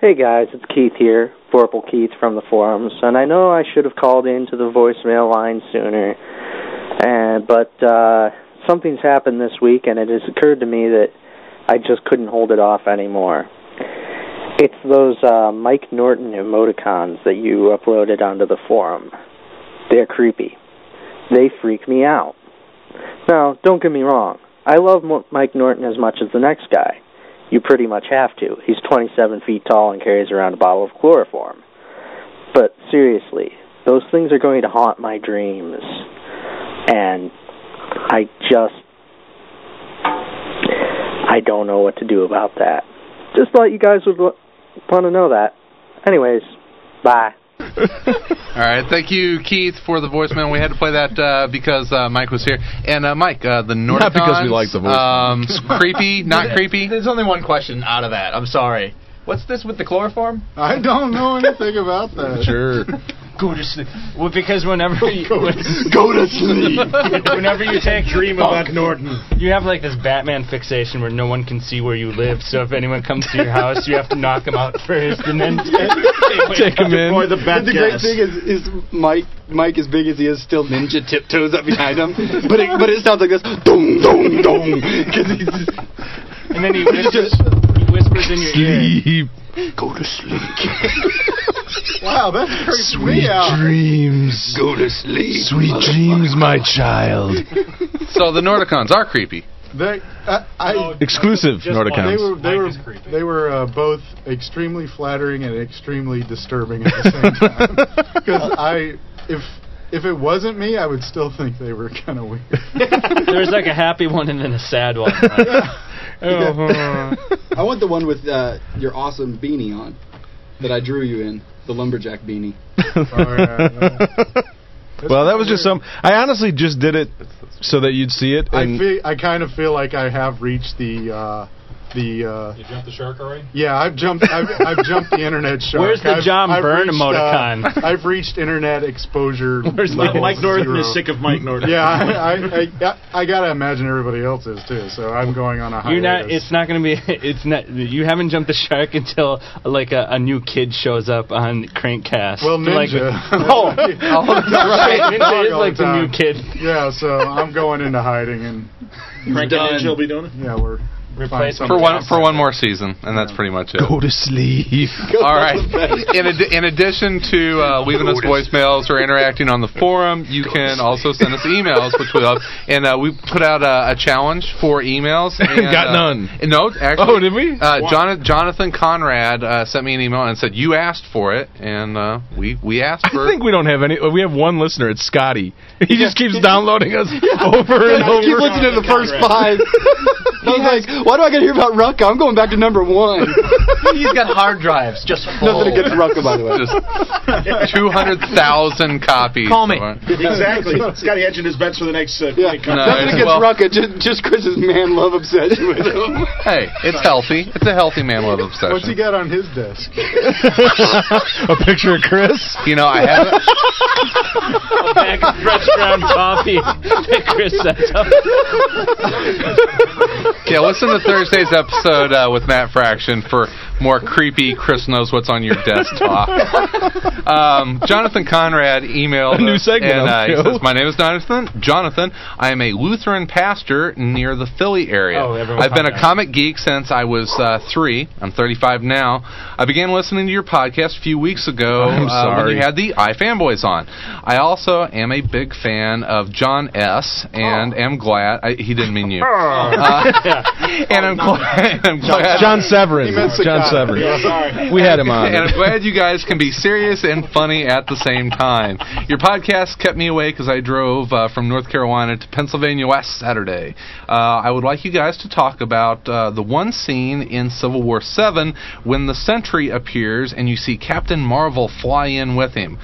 Hey guys, it's Keith here, Vorpal Keith from the forums, and I know I should have called into the voicemail line sooner, and but uh, something's happened this week, and it has occurred to me that I just couldn't hold it off anymore. It's those uh, Mike Norton emoticons that you uploaded onto the forum. They're creepy. They freak me out. Now, don't get me wrong. I love Mo- Mike Norton as much as the next guy you pretty much have to. He's 27 feet tall and carries around a bottle of chloroform. But seriously, those things are going to haunt my dreams. And I just. I don't know what to do about that. Just thought you guys would want to know that. Anyways, bye.
All right. Thank you, Keith, for the voicemail. We had to play that uh, because uh, Mike was here. And uh, Mike, uh, the Nordicons.
Not because we like the voicemail.
Um, s- creepy, not creepy.
There's only one question out of that. I'm sorry. What's this with the chloroform?
I don't know anything about that.
Sure.
Go to sleep. Well, because whenever you,
Go to sleep.
whenever you take
Dream about Norton.
you have like this Batman fixation where no one can see where you live. So if anyone comes to your house, you have to knock them out first, and then
Take him
Boy,
in.
the bat
the great
gas.
thing is, is Mike, Mike as big as he is, still ninja tiptoes up behind him. But it, but it sounds like this, dong dong dong, because he's just,
and then he whispers, he whispers in your ear.
Sleep.
go to sleep,
Wow, that freaks me out.
dreams.
go to sleep.
Sweet dreams, my child.
So the Nordicons are creepy.
They, I, I,
Exclusive
they
Nordicons.
were they were they were uh, both extremely flattering and extremely disturbing at the same time. Because I, if if it wasn't me, I would still think they were kind of weird.
There's like a happy one and then a sad one.
I want the one with uh, your awesome beanie on that I drew you in, the lumberjack beanie.
well, that was just some. I honestly just did it so that you'd see it.
I
And
feel, I kind of feel like I have reached the uh, the. Uh,
You jumped the shark already?
yeah, I've jumped. I've, I've jumped the internet shark.
Where's the
I've-
John
I've
Byrne
reached, uh,
emoticon?
I've reached internet exposure.
Where's the-
level
Mike Norton
zero.
is sick of Mike Norton.
Yeah, I, I, I, I gotta imagine everybody else is too. So I'm going on a hiatus.
You're not. It's not going to be. It's not. You haven't jumped the shark until like a, a new kid shows up on Crankcast.
Well,
Like,
Ninja.
oh, right. Ninja is like the new kid.
Yeah, so I'm going into hiding and.
Frank and Ninja will be doing it.
Yeah, we're find something
for one
else.
for one more season, and that's pretty much it. Go
to sleep.
All right. In, ad- in addition to uh, leaving us voicemails or interacting on the forum, you can also send us emails, which we love. And uh, we put out a, a challenge for emails. And,
Got
uh,
none.
No, actually.
Oh, did we?
Uh, Jon- Jonathan Conrad uh, sent me an email and said you asked for it, and uh, we we asked for
I think we don't have any. We have one listener. It's Scotty. He just keeps downloading us over
I
and over.
keep listening to the first five. I was like, why do I got to hear about Rucka? I'm going back to number one.
He's got hard drives just full.
Nothing against Rucka, by the way.
Just two hundred thousand copies.
Call me.
Exactly. Scotty hedging his bets for the next. Uh, yeah.
Nothing against
well-
Rucka, just, just Chris's man love obsession with him.
Hey, it's healthy. It's a healthy man love obsession.
What's he got on his desk?
a picture of Chris.
You know, I haven't.
A bag of fresh ground coffee that Chris "Oh, sets up.
Yeah, listen to Thursday's episode uh, with Matt Fraction for more creepy Chris knows what's on your desk talk. Um, Jonathan Conrad emailed
A new
us,
segment
and
on
uh,
the
he
show.
says, "My name is Jonathan. Jonathan, I am a Lutheran pastor near the Philly area.
Oh, everyone
I've been
found
a
out.
comic geek since I was uh, three. I'm 35 now. I began listening to your podcast a few weeks ago
I'm
uh, when
sorry.
you had the iFanboys on. I also am a big fan of John S. and
Oh.
am glad I, he didn't mean you. Uh, and I'm glad. I'm glad
Oh, John Severin. John Severin. We had him on.
and I'm glad you guys can be serious and funny at the same time. Your podcast kept me awake as I drove uh, from North Carolina to Pennsylvania last Saturday. Uh, I would like you guys to talk about uh, the one scene in Civil War Seven when the Sentry appears and you see Captain Marvel fly in with him.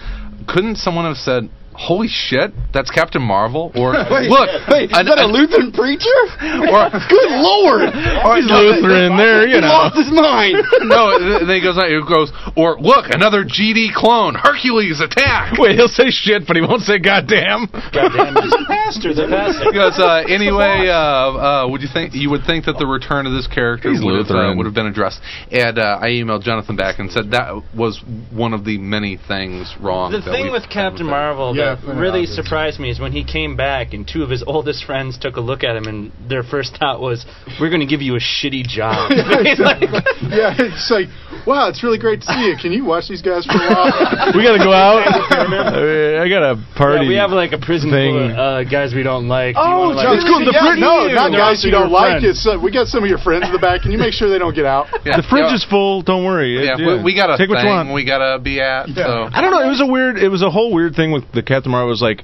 Couldn't someone have said? Holy shit, that's Captain Marvel? Or
Wait,
look,
wait, is
an-
that a
an-
Lutheran preacher?
Or-
Good lord!
He's Lutheran there,
He
you know.
lost his mind.
no, th- then he goes on. It goes, or look, another GD clone. Hercules attack.
Wait, he'll say shit, but he won't say goddamn.
He's a pastor. They're
He goes. Uh, anyway, uh, uh, would you think you would think that the return of this character
He's
would have,
Lutheran.
uh, would have been addressed? And uh, I emailed Jonathan back and said that was one of the many things wrong.
The
that
thing
we-
with Captain Marvel that
Yeah, yeah,
really
obviously.
surprised me is when he came back and two of his oldest friends took a look at him and their first thought was, "We're going to give you a shitty job." He's like,
yeah, it's like, wow, it's really great to see you. Can you watch these guys for a while?
We gotta go out. Uh, I got a
yeah,
party.
we have like a prison
thing.
full of uh, guys we don't like. Do you
Oh,
wanna,
John,
like,
It's called the
yeah,
Brit-
No, not
They're
guys
also
you
your
don't like.
friends.
It's uh, we got some of your friends in the back. Can you make sure they don't get out?
Yeah,
the fridge
yeah,
is full. Don't worry. It-
Yeah, we- we, got a
Take
thing
what you want.
we gotta be at.
Yeah.
So
I don't know. It was a weird. It was a whole weird thing with the Captain Marvel. It was like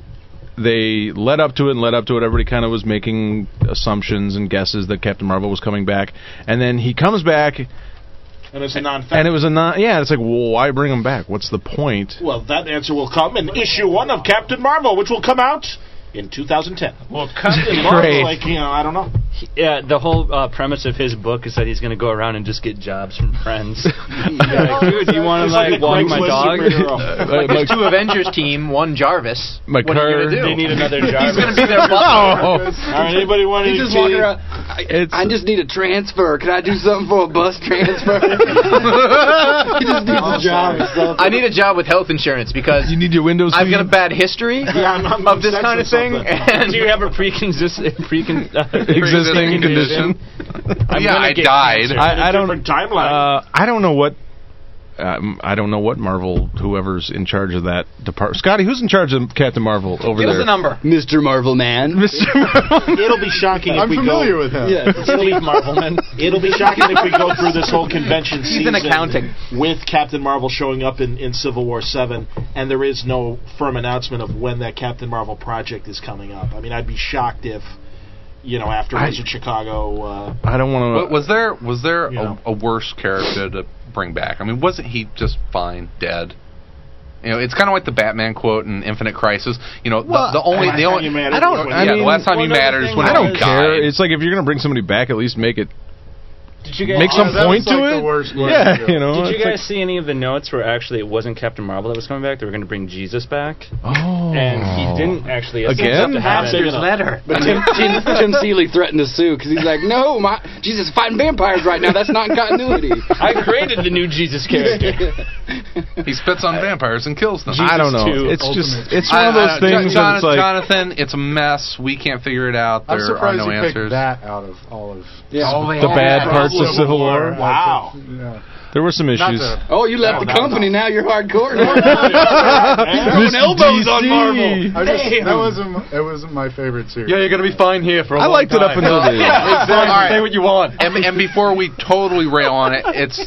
they led up to it and led up to it. Everybody kind of was making assumptions and guesses that Captain Marvel was coming back, and then he comes back,
And it's a non-fact.
and it was a non. Yeah, it's like, well, why bring him back? What's the point?
Well, that answer will come in issue one of Captain Marvel, which will come out in 2010.
Well, Captain
Great.
Marvel, like you know, I don't know.
Yeah, the whole uh, premise of his book is that he's going to go around and just get jobs from friends. Yeah, like, Dude, you want to
It's
like,
like the
walk my
Craigslist
dog?
superhero.
Uh,
Like
my-
his two Avengers team, one Jarvis.
My
what are you
car-
gonna do?
They need another
He's gonna
Jarvis.
be their
no.
butler.
All right, anybody want any
He just
tea?
walking around.
It's
I just need a transfer. Can I do something for a bus transfer? he just needs a job. or something.
I need a job with health insurance because
you need your Windows.
I've got a
cleaned?
bad history
Yeah, I'm, I'm
of this
obsessed
kind of
with something.
thing. And
Do you have a pre-consistent, pre-con- uh,
existing condition.
I'm
yeah,
gonna
I
get
died.
cancer.
I-
I, I don't.
Different timeline.
Uh, I don't know what. Um, I don't know what Marvel, whoever's in charge of that department. Scotty, who's in charge of Captain Marvel over
Give
there?
us a number.
Mr. Marvel Man.
Mr. Marvel.
It'll be shocking if
I'm
we
familiar
go.
with him.
Yeah.
It'll be, it'll be shocking if we go through this whole convention
He's
season
an accountant.
with Captain Marvel showing up in, in Civil War Seven, and there is no firm announcement of when that Captain Marvel project is coming up. I mean, I'd be shocked if, you know, after
I-
Wizard Chicago. Uh,
I don't
Wa-
want to.
was there was there
You
a,
know.
a worse character to bring back? I mean, wasn't he just fine dead? You know, it's kind of like the Batman quote in Infinite Crisis. You know,
Well,
the, the only
last
the
time
only
you mattered
I don't-
was when
yeah,
I
the
mean,
last time
well,
he
no, the
matters
thing
when
I
he
don't
died.
care. It's like if you're going to bring somebody back, at least make it
Did you guys
make some point to it. yeah, you know.
Did you
it's
guys see any of the notes where actually it wasn't Captain Marvel that was coming back? They were going to bring Jesus back.
Oh.
And he didn't actually. it's
Again?
not to
Pastor's
happen.
letter. But Tim, Tim, Tim Seeley threatened to sue because he's like, no, my Jesus fighting vampires right now. That's not in continuity.
I created the new Jesus character.
He spits on vampires and kills them.
I don't know. It's just it's one of those things.
Jonathan,
that's like,
Jonathan, it's mess. We can't figure it out. There
I'm
are
surprised
no
you
answers.
picked that out of all of
Yeah.
all
The bad parts of Civil War.
Wow. Yeah.
there were some issues.
oh, you left the company. Now you're hardcore.
Mr. DC.
I just,
Damn.
that wasn't my- that wasn't my favorite series.
Yeah, you're gonna be fine here for. I
I liked it up until the end.
All right.
Say what you want.
and, and before we totally rail on it, it's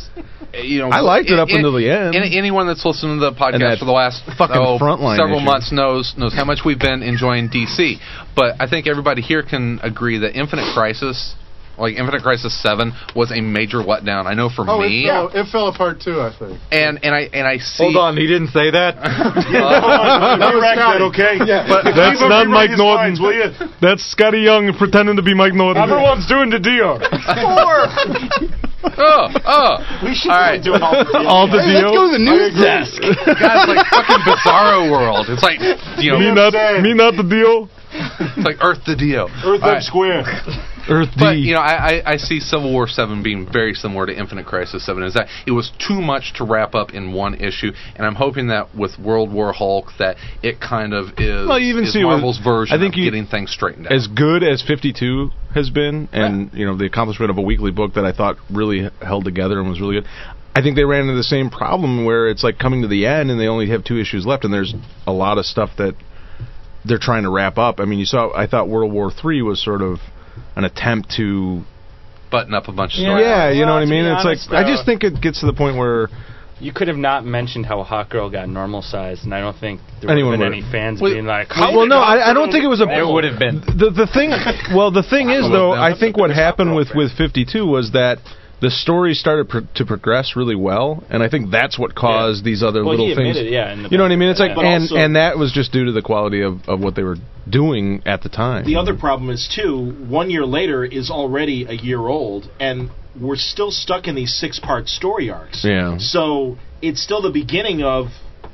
you know
I liked it up
an-
until the end.
an- anyone that's listened to the
And that
podcast for the last
fucking
oh,
frontline
several
issue.
months knows knows how much we've been enjoying DC. But I think everybody here can agree that Infinite Crisis, like Infinite Crisis Seven, was a major letdown. I know for
Oh,
me.
it fell, it fell apart too. I think.
And and I and I see.
Hold on, he didn't say that.
Uh,
Oh,
Not
was
rack that,
Scotty.
okay?
Yeah.
But
That's
keep
not
everybody
Mike
his
Norton.
lines, will you?
That's Scotty Young pretending to be Mike Norton.
Everyone's doing the DR.
Oh oh.
We should
All right.
do it all. the-
All the
Let's go to
deal.
the news desk.
God, it's like fucking bizarro world. It's like you know,
Me
it's
not, me not the deal.
like Earth the Dio.
Earth
All
up
right.
square.
Earth
But
D.
you know, I, I, I see Civil War Seven being very similar to Infinite Crisis Seven. Is that it was too much to wrap up in one issue, and I'm hoping that with World War Hulk that it kind of is,
Well, you even
is
see with-
Marvel's version
I think
of
you-
getting things straightened out.
as good as 52 has been, and you know the accomplishment of a weekly book that I thought really held together and was really good. I think they ran into the same problem where it's like coming to the end and they only have two issues left, and there's a lot of stuff that they're trying to wrap up. I mean, you saw I thought World War Three was sort of an attempt to
Button up a bunch of
yeah,
stories.
you know
Well,
what I
to
mean.
be
It's
honest,
like I
though-
just think it gets to the point where
You could have not mentioned how Hot Girl got normal sized, and I don't think there would
Anyone
have been
would.
any fans
Well-
being like,
Well,
"How
well,
did
no,
Hot
I, I don't
Girl
think it was a.
There would have been.
The, the thing, well, the thing is though, I think what happened with with 52 was that the story started pro- to progress really well, and I think that's what caused these other
Well,
little
he
things.
admitted, yeah. In the
You know what I mean? It's like,
Yeah.
But
and
also-
and that was just due to the quality of, of what they were doing at the time.
The other problem is too. One year later is already a year old, and we're still stuck in these six-part story arcs.
Yeah.
So it's still the beginning of.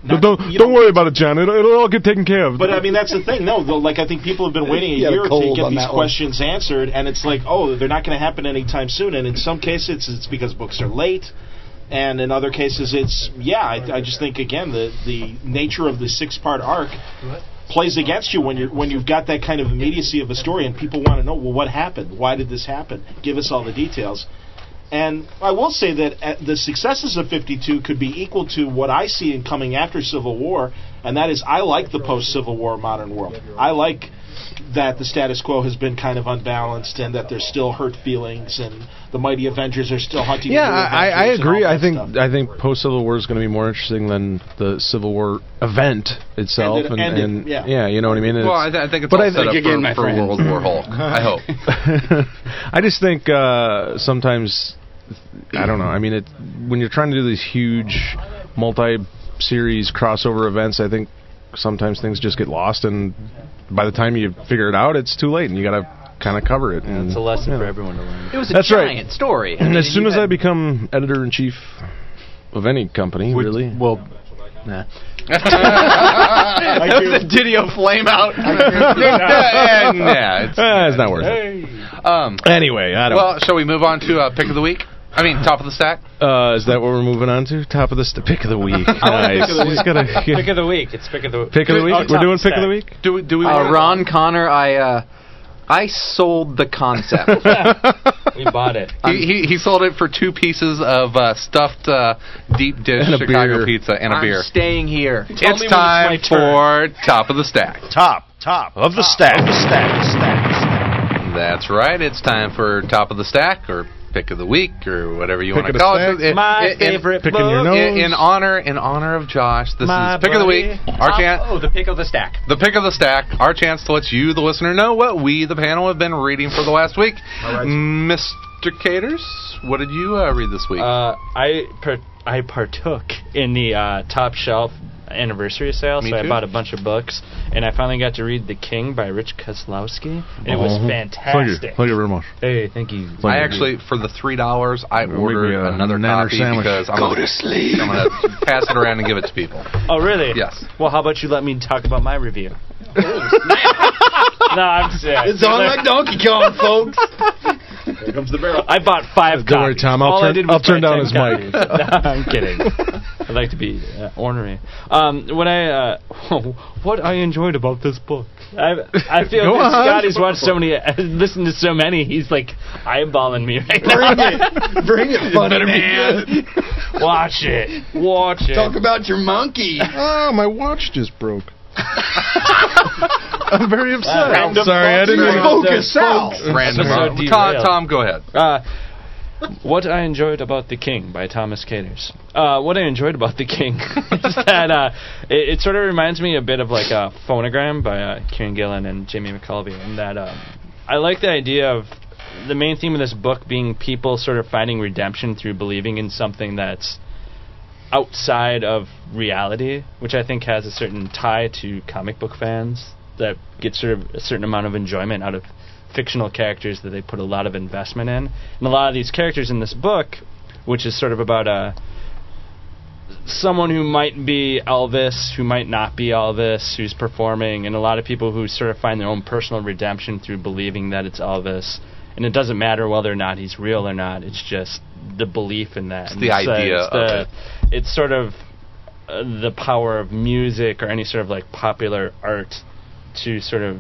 But don't
you
don't, worry about it, John. It'll, it'll all get taken care of.
But I mean, that's the thing. No, though, like I think people have been waiting a
You had a
year to
cold
get
on
these
that one.
questions answered, and it's like, oh, they're not going to happen anytime soon. And in some cases, it's because books are late, and in other cases, it's yeah. I, I just think again, the the nature of the six part arc plays against you when you're when you've got that kind of immediacy of a story, and people want to know, well, what happened? Why did this happen? Give us all the details. And I will say that uh, the successes of 52 could be equal to what I see in coming after Civil War, and that is I like the post Civil War modern world. I like that the status quo has been kind of unbalanced and that there's still hurt feelings and the mighty Avengers are still hunting.
yeah,
the new
I, I
Avengers and
agree.
all
I
that
think
stuff.
I think post Civil War is going to be more interesting than the Civil War event itself.
Ended-
and,
ended,
and-
yeah.
you know what I mean. And
Well,
it's-
I, th- I think it's
but
all
I
set
think
up
again,
for-
my
for,
friend.
World War Hulk. I hope.
I just think uh, sometimes I don't know. I mean, it when you're trying to do these huge multi-series crossover events, I think sometimes things just get lost, and by the time you figure it out, it's too late, and you got to kind of cover it. and
It's a lesson
yeah.
for everyone to learn.
It was a
That's right.
giant story. I
And
mean,
as soon
you
as
had-
I become editor in chief of any company, really,
Well,
I do.
the Didio flame out. yeah, yeah, it's-
eh, it's not worth
it's- um,
it. Anyway, I don't.
well, shall we move on to uh, pick of the week? I mean, top of the stack.
uh, is that what we're moving on to? Top of the st- pick of the week. nice. We just gotta
Pick of the week. It's pick of the
pick of the week.
Oh,
we're
top
doing pick
stack.
of the week.
Do we? Do we?
uh, Ron Connor, I uh, I sold the concept.
We bought it.
He, he, he sold it for two pieces of uh, stuffed uh, deep dish
And a beer.
Chicago pizza and a
I'm
beer.
staying here.
It's time for top of the stack.
Top, top of the stack, stack, stack.
That's right. It's time for top of the stack or pick of the week or whatever you
Pick
want
of
to
the
call
stack.
it. It-
My
it- in-
favorite
Picking your
book.
nose.
in, in honor in honor of Josh. This
My
is pick of the week.
buddy.
Our chance.
Oh, the pick of the stack.
The pick of the stack, our chance to let you, the listener, know what we, the panel, have been reading for the last week. Mr. Caters, what did you uh, read this week?
Uh, I par- I partook in the uh, top shelf anniversary sale,
Me
so I
too.
bought a bunch of books, and I finally got to read The King by Rich Kozlowski, and it was
Oh. Thank you.
fantastic.
Thank you very much.
Hey, thank you.
I actually, for the three dollars, I
Make me
ordered
a
another
nanner
copy
sandwich.
because I'm
Go
gonna,
to sleep.
I'm gonna pass it around and give it to people.
Oh, really?
Yes.
Well, how about you let me talk about my review? no, I'm sad.
It's on like Donkey Kong, folks.
Here comes the barrel.
I bought five
Don't worry,
copies.
Tom, I'll
All I
turn-
did was
I'll turn
buy
down
10
his
copies.
mic.
no, I'm kidding. I'd like to be uh, ornery. Um, when I uh, what I enjoyed about this book, I I feel
Go
that
on.
Scotty's watched so many, uh, listened to so many. He's like eyeballing me right now.
it. Bring it, funny man.
Watch it, watch it.
Talk about your monkey.
Ah, my watch just broke. I'm very upset.
Random
I'm sorry, I
thoughts.
didn't
Random
mean-
Focus thoughts. out.
Random.
Episode
Tom,
derailed.
Tom, go ahead.
Uh, what I enjoyed about The King by Thomas Caters. Uh, what I enjoyed about The King is that uh, it, it sort of reminds me a bit of like a phonogram by uh, Kieran Gillen and Jamie McCulvey, and that um, I like the idea of the main theme of this book being people sort of finding redemption through believing in something that's outside of reality, which I think has a certain tie to comic book fans that get sort of a certain amount of enjoyment out of fictional characters that they put a lot of investment in. And a lot of these characters in this book, which is sort of about a someone who might be Elvis, who might not be Elvis, who's performing, and a lot of people who sort of find their own personal redemption through believing that it's Elvis. And it doesn't matter whether or not he's real or not. It's just the belief in that.
the
And
idea
it's
of
the-
it.
It's sort of uh, the power of music or any sort of like popular art to sort of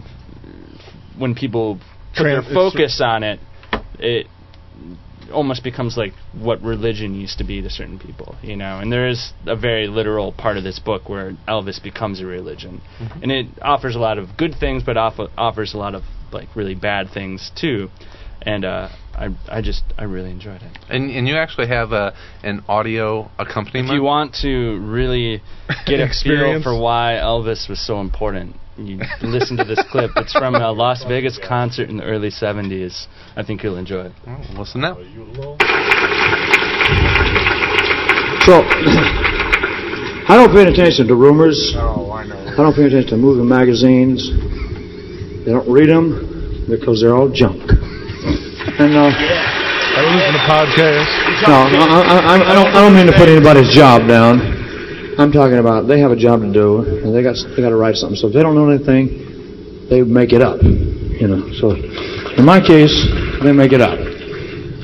when people put
Tran-
their
it's-
focus on it, it almost becomes like what religion used to be to certain people, you know. And there is a very literal part of this book where Elvis becomes a religion,
Mm-hmm.
and it offers a lot of good things, but off- offers a lot of like really bad things too. And uh, I I just I really enjoyed it.
And and you actually have a an audio accompaniment.
If you want to really get a feel
Experience.
for why Elvis was so important, you listen to this clip. It's from a Las Vegas concert in the early '70s. I think you'll enjoy it.
Oh,
listen now.
So, I don't pay any attention to rumors. Oh, I don't pay any attention to movie magazines. They don't read them because they're all junk. And uh,
I don't listen to podcasts.
no, I,
uh,
I, I, I don't. I don't mean to put anybody's job down. I'm talking about they have a job to do and they got they got to write something. So if they don't know anything, they make it up. You know. So in my case, they make it up.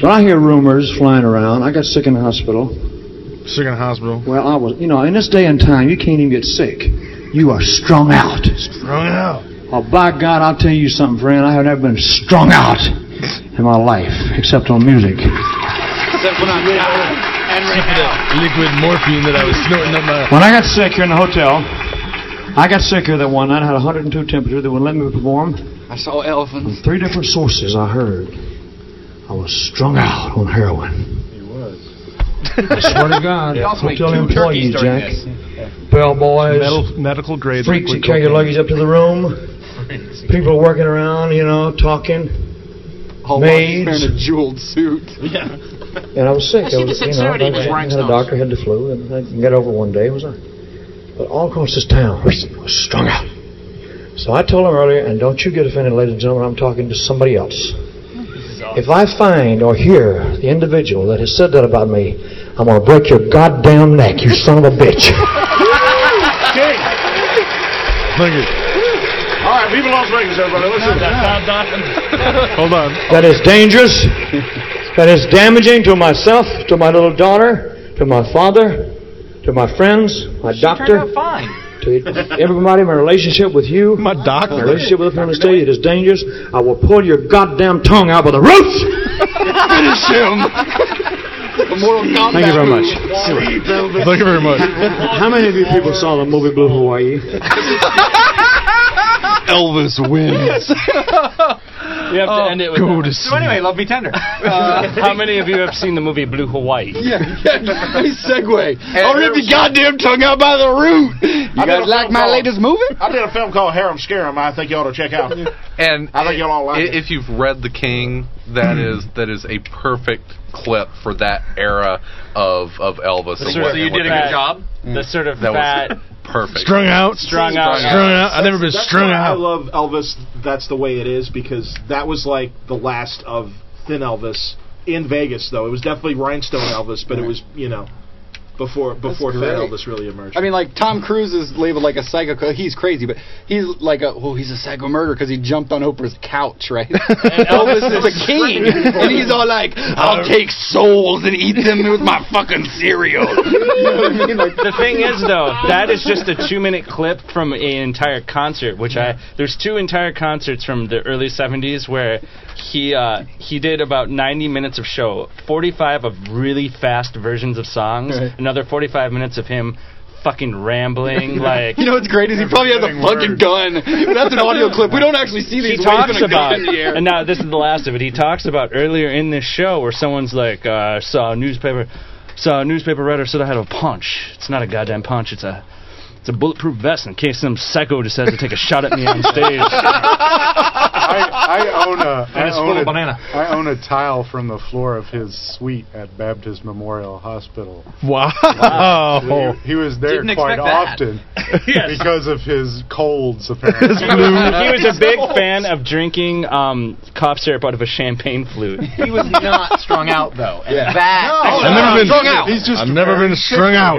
When I hear rumors flying around, I got sick in the hospital.
Sick in the hospital.
Well, I was. You know, in this day and time, you can't even get sick. You are strung out.
Strung out.
Oh, by God, I'll tell you something, friend. I have never been strung out in my life, except on music.
Except when I'm and right now.
Liquid morphine that I was snorting up my.
When I got sick here in the hotel, I got sick here that one night. I had a 102 temperature. They wouldn't let me perform.
I saw elephants.
From three different sources, I heard I was strung out on heroin. He was. I swear to God.
They also Uh, make
hotel
two
employees,
turkeys during
Jack.
this.
Bell boys.
Metal, medical grade.
Freaks that
liquid
carry your
cocaine.
luggage up to the room. People working around, you know, talking.
All
Maids.
in a jeweled suit. Yeah.
And I was sick.
I
I,
see the
was, you know,
sincerity
I
in his
had a
rhinestones.
doctor, had the flu, and I got over one day. It Was I? But all across this town, I was strung out. So I told him earlier, and don't you get offended, ladies and gentlemen. I'm talking to somebody else. If I find or hear the individual that has said that about me, I'm going to break your goddamn neck, you son of a bitch.
Thank you.
All right, people Las Vegas, everybody, listen to that.
Hold on.
That is dangerous. That is damaging to myself, to my little daughter, to my father, to my friends, my doctor.
fine.
to everybody in my relationship with you. My
doctor.
My relationship with the family state, it is dangerous. I will pull your goddamn tongue out by the roots.
Finish him. The Mortal Kombat
Thank you very
move.
much.
Thank you very much.
How many of you people saw the movie Blue Hawaii?
Elvis wins.
We have to end it with
Oh, Go
that.
to
So anyway, love me tender.
Uh, How many of you have seen the movie Blue Hawaii?
Yeah, yeah, nice segue. I'll rip your Oh, goddamn tongue out by the root. You
I did
guys
a
like
film
my
called-
latest movie?
I did a film called Harem Scarum. I think you ought to check out.
And
I think you'll all like
i-
it.
if you've read The King,
Hmm.
that is that is a perfect clip for that era of of Elvis. and
Sure.
what-
So you
and what
did a
they
good job? The sort of
That was-
fat
Perfect.
Hmm. Strung out.
Strung out.
Strung out. I've never been
That's
strung
why I
out.
love Elvis. That's the way it is because that was like the last of Thin Elvis in Vegas, though. It was definitely Rhinestone Elvis, but it was you know before before Fat
great.
Elvis really emerged.
I mean, like Tom Cruise is labeled like a psycho. He's crazy, but he's like a oh, he's a psycho murderer because he jumped on Oprah's couch, right? and Elvis is the king, and he's all like, "I'll take souls and eat them with my fucking cereal."
the thing is, though, that is just a two-minute clip from an entire concert. Which I there's two entire concerts from the early '70s where he uh, he did about 90 minutes of show, 45 of really fast versions of songs,
Right.
another 45 minutes of him fucking rambling like
you know what's great is he probably has a fucking gun. That's an audio clip. We don't actually see these.
he
waving
talks
a gun
about,
in the air.
and now this is the last of it. He talks about earlier in this show where someone's like, uh, saw a newspaper, saw a newspaper writer said I had a punch. It's not a goddamn punch. It's a, it's a bulletproof vest in case some psycho decides to take a shot at me on stage.
I, I own a.
And
Uh, I
it's
own
full of
a-
banana.
I own a tile from the floor of his suite at Baptist Memorial Hospital.
Wow.
He, he was there
Didn't
quite
expect that.
often because of his colds, apparently.
he was a big fan of drinking um, cough syrup out of a champagne flute.
He was not strung out though, and that
I've never been strung out. I've never been strung out.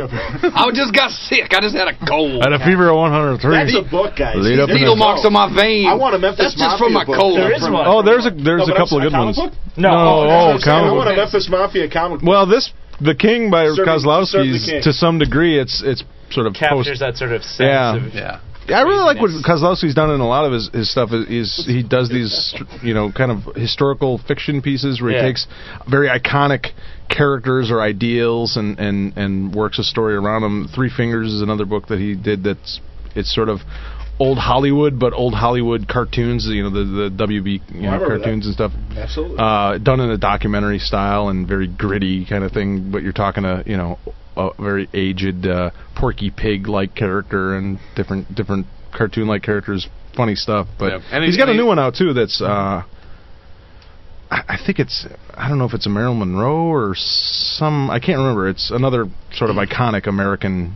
I just got sick. I just had a cold.
At a fever of 103.
That's a
book, guys.
Lead up in
Needle
a-
marks on my vein.
I want a Memphis
That's just
Mafia
from my
book.
cold.
There is
From-
one.
Oh, there's a
No,
there's a
but
couple
I'm-
of good
a comic
ones.
book?
No, oh,
that's what I'm saying. I
comic
want a
book.
Memphis Mafia comic book.
Well, this the king by
Serve- serve the king.
Kozlowski's to some degree. It's it's sort of
Captures
post.
that sort of sense
Yeah.
of
yeah.
I really like what Kozlowski's done in a lot of his, his stuff. Is, is he does these you know kind of historical fiction pieces where
Yeah.
he takes very iconic characters or ideals and and and works a story around them. Three Fingers is another book that he did. That's it's sort of old Hollywood, but old Hollywood cartoons. You know the the WB you
I
know,
remember that.
cartoons and stuff.
Absolutely.
Uh, done in a documentary style and very gritty kind of thing. But you're talking to you know a very aged uh, Porky Pig like character and different different cartoon like characters. Funny stuff. But
Yep. And
he's
he-
got a
and
new
he-
one out too. That's uh, I, I think it's I don't know if it's a Marilyn Monroe or some I can't remember. It's another sort
Mm.
of iconic American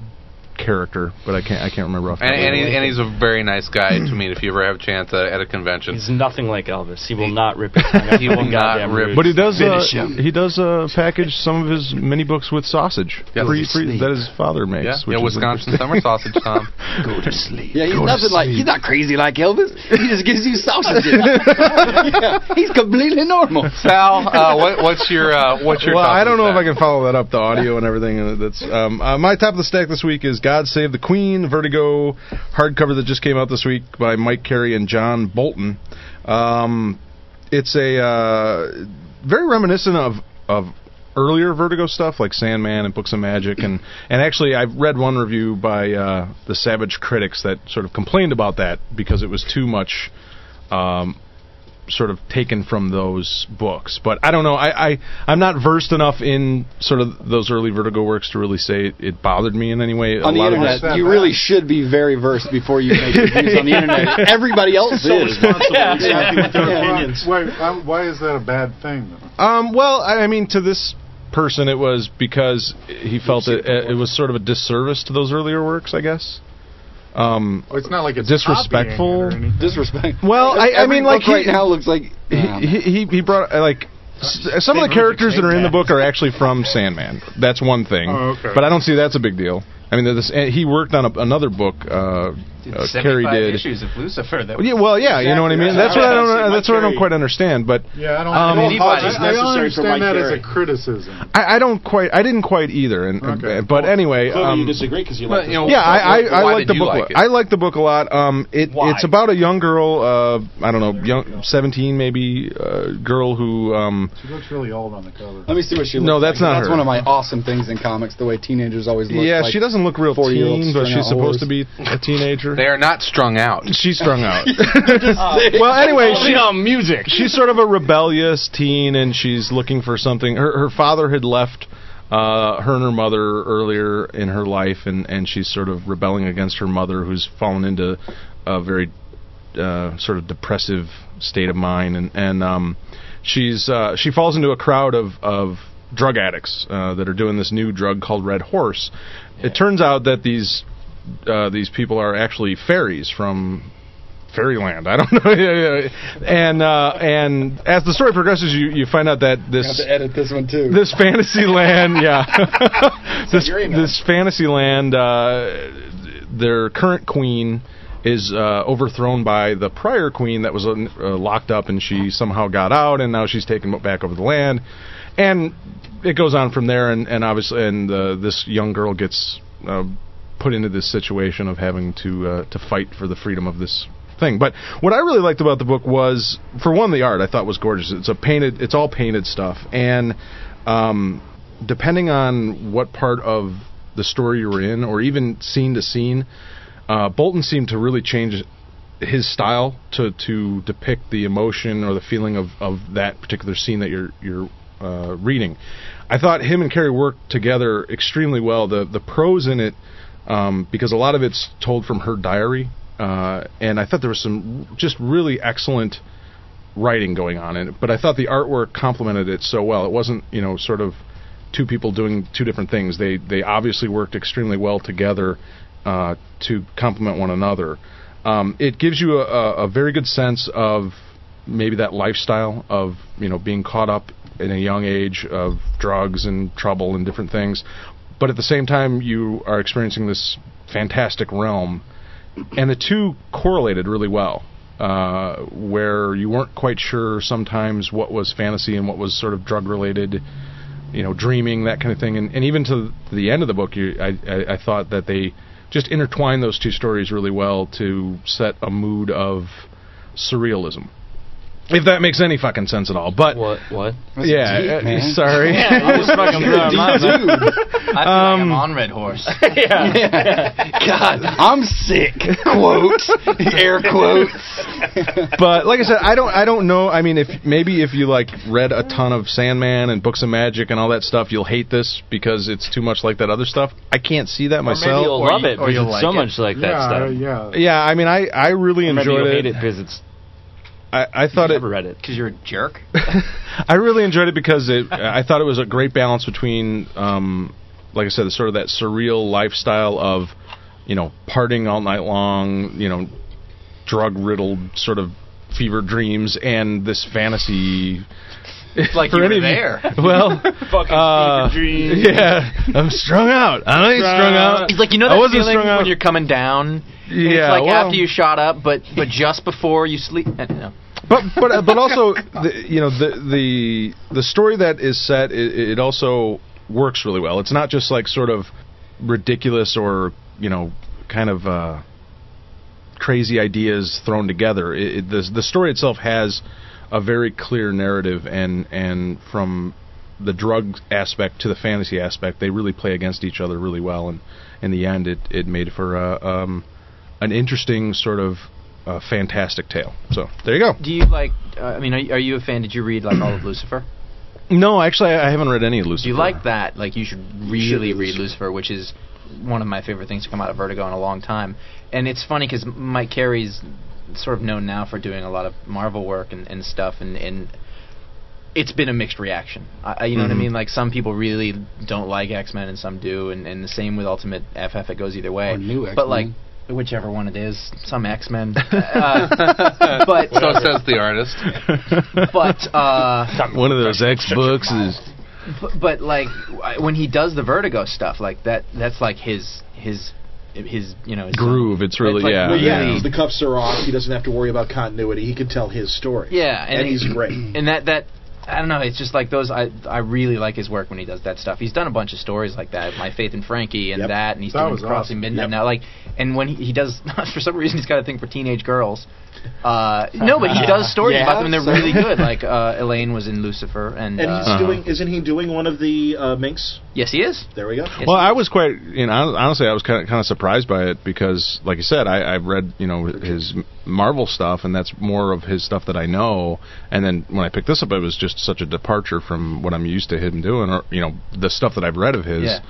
character, but I can't I can't remember. off the top
And,
of my
and,
head.
he, and he's a very nice guy to meet if you ever have a chance uh, at a convention.
He's nothing like Elvis. He will not rip. his tongue out
He
with
will
a
not
goddamn
rip.
root.
But he does. Uh,
Finish him.
he does uh, package some of his mini books with sausage.
Yes.
Free-
Go to
free-
sleep.
that his father makes.
yeah,
which
yeah
is
Wisconsin
interesting.
summer sausage, Tom.
Go to sleep.
Yeah, he's
Go to
nothing like.
sleep.
He's not crazy like Elvis. He just gives you sausages. yeah, he's completely normal.
Sal, uh, what, what's your uh, what's your?
well,
top
I don't
of
know if
the
I can follow that up, the audio and everything. uh, That's um, uh, my top of the stack this week is "God Save the Queen," Vertigo hardcover that just came out this week by Mike Carey and John Bolton. Um, it's a uh, very reminiscent of of earlier Vertigo stuff like Sandman and Books of Magic, and and actually I've read one review by uh, the Savage critics that sort of complained about that because it was too much. Um, sort of taken from those books. But I don't know. I, I I'm not versed enough in sort of those early Vertigo works to really say it, it bothered me in any way.
On the internet, you really should be very versed before you make reviews on the internet. Everybody else is.
Yeah. Exactly with their opinions.
Why, um, why is that a bad thing? Though?
Um, well, I, I mean, to this person, it was because he felt it, it was sort of a disservice to those earlier works, I guess. Um,
Well, it's not like it's
disrespectful.
copying it or anything.
Disrespect.
Well, I, I
Every
mean, like
book right
he,
now looks like
he, he- he he brought uh, like s- some of the
Big
characters that
Richard
are in the
Sandman.
book are actually from Sandman. That's one thing.
Oh, okay.
But I don't see that's a big deal. I mean, this, and he worked on a, another book. Uh, uh, Carrie did.
issues of Lucifer. That
Yeah, well, yeah, you know what I mean. That's what I don't. That's what I don't quite understand. But
Yeah, I don't.
Um,
I don't,
Anybody.
I, I don't
Necessary for Mike
understand that as
Carey.
a criticism.
I, I don't quite. I didn't quite either. And
Okay.
but anyway,
Clearly you
um,
disagree because you
Well,
like.
you know,
this.
yeah, I I,
Well,
I
why
like
did
the
you
book. a
like
lot.
it?
I like the book a lot. Um, it it's about a young girl. Uh, I don't know, young seventeen maybe uh, girl who um,
She looks really old on the cover.
Let me see what she looks
No, that's
like.
not
That's
her.
one of my awesome things in comics, the way teenagers always look.
yeah,
like
she doesn't look real
40-year-old
teen, but
strung
she's
out
supposed
whores.
to be a teenager.
They are not strung out.
She's strung out.
Uh,
well, anyway, she,
music.
she's sort of a rebellious teen, and she's looking for something. Her her father had left uh, her and her mother earlier in her life, and and she's sort of rebelling against her mother, who's fallen into a very uh, sort of depressive state of mind, and and um, she's uh, she falls into a crowd of of drug addicts uh, that are doing this new drug called Red Horse. It turns out that these uh, these people are actually fairies from fairyland. I don't know. Yeah, yeah. and uh, and as the story progresses, you, you find out that
Have
this
to edit this one too.
this fantasy land, yeah, this this fantasy land, uh, their current queen is uh, overthrown by the prior queen that was uh, locked up, and she somehow got out, and now she's taken back over the land, and it goes on from there, and and obviously, and uh, this young girl gets. Uh, put into this situation of having to uh, to fight for the freedom of this thing. But what I really liked about the book was, for one, the art I thought was gorgeous. It's a painted, it's all painted stuff, and um, depending on what part of the story you were in, or even scene to scene, uh, Bolton seemed to really change his style to to depict the emotion or the feeling of, of that particular scene that you're you're uh, reading. I thought him and Carrie worked together extremely well. The the prose in it um, because a lot of it's told from her diary, uh, and I thought there was some just really excellent writing going on in it. But I thought the artwork complemented it so well. It wasn't you know sort of two people doing two different things. They they obviously worked extremely well together uh, to complement one another. Um, it gives you a, a, a very good sense of maybe that lifestyle of you know being caught up in a young age of drugs and trouble and different things, but at the same time you are experiencing this fantastic realm, and the two correlated really well. Uh, where you weren't quite sure sometimes what was fantasy and what was sort of drug related, you know, dreaming that kind of thing, and, and even to the end of the book, you, I, I, I thought that they just intertwined those two stories really well to set a mood of surrealism. If that makes any fucking sense at all, but what?
What?
Yeah,
Deep,
uh,
man.
sorry.
Yeah, I was fucking blowing my mind. I feel like
Um,
I'm on Red Horse.
yeah. God, I'm sick. Quotes, air quotes.
but like I said, I don't I don't know. I mean, if maybe if you like read a ton of Sandman and Books of Magic and all that stuff, you'll hate this because it's too much like that other stuff. I can't see that myself.
you'll love it because it's so much like that stuff.
Yeah.
Yeah, I mean, I I really
Or maybe
enjoyed
you'll
it.
hate it because it's
I, I thought it.
never read it.
Because you're a jerk.
I really enjoyed it because it. I thought it was a great balance between, um, like I said, the sort of that surreal lifestyle of, you know, partying all night long, you know, drug riddled sort of fever dreams, and this fantasy.
It's like
For
you
any
were
of you-
there.
Well,
Fucking
uh,
dreams.
yeah, I'm strung out. I ain't strung out.
He's like, you know
I
that
wasn't
feeling
strung out.
when you're coming down. And
Yeah,
It's like
well-
after you shot up, but but just before you sleep. I don't know.
but but uh, but also the, you know the the the story that is set it, it also works really well. It's not just like sort of ridiculous or you know kind of uh, crazy ideas thrown together. It, it, the the story itself has a very clear narrative and and from the drug aspect to the fantasy aspect, they really play against each other really well. And in the end, it it made for uh, um, an interesting sort of uh, fantastic tale. So there you go.
Do you like? Uh, I mean, are you, are you a fan? Did you read like all of Lucifer?
No, actually, I I haven't read any of Lucifer.
If you like that, like you should really read Lucifer, which is one of my favorite things to come out of Vertigo in a long time. And it's funny because Mike Carey's sort of known now for doing a lot of Marvel work and, and stuff, and, and it's been a mixed reaction. I, I- you know what
Mhm.
Mm-hmm.
I mean? Like some people really don't like X Men, and some do, and, and the same with Ultimate FF. It goes either way. But like whichever one it is, some X Men. Uh, but
so says the artist.
but uh,
One of those X books is.
but, but like I- when he does the vertigo stuff like that that's like his his his you know his
Groove, it's really-
like
yeah,
really-
yeah.
yeah.
The cuffs are off. He doesn't have to worry about continuity. He can tell his story. and,
he-
he's great.
and that that I don't know it's just like those I I really like his work when he does that stuff he's done a bunch of stories like that My Faith in Frankie and that and he's
That
doing
was
Crossing
awesome.
Midnight
Yep.
now like and when he, he does for some reason he's got a thing for teenage girls uh, no but he does stories
Yeah.
about them and they're
So-
really good like uh, Elaine was in Lucifer and,
And
uh,
he's doing. Isn't he doing one of the uh, minks?
yes he is
There we go.
Well, I was quite, you know, hon- honestly, I was kind of kind of surprised by it because, like you said, I, I've read, you know, his Marvel stuff, and that's more of his stuff that I know. And then when I picked this up, it was just such a departure from what I'm used to him doing, or you know, the stuff that I've read of his.
Yeah.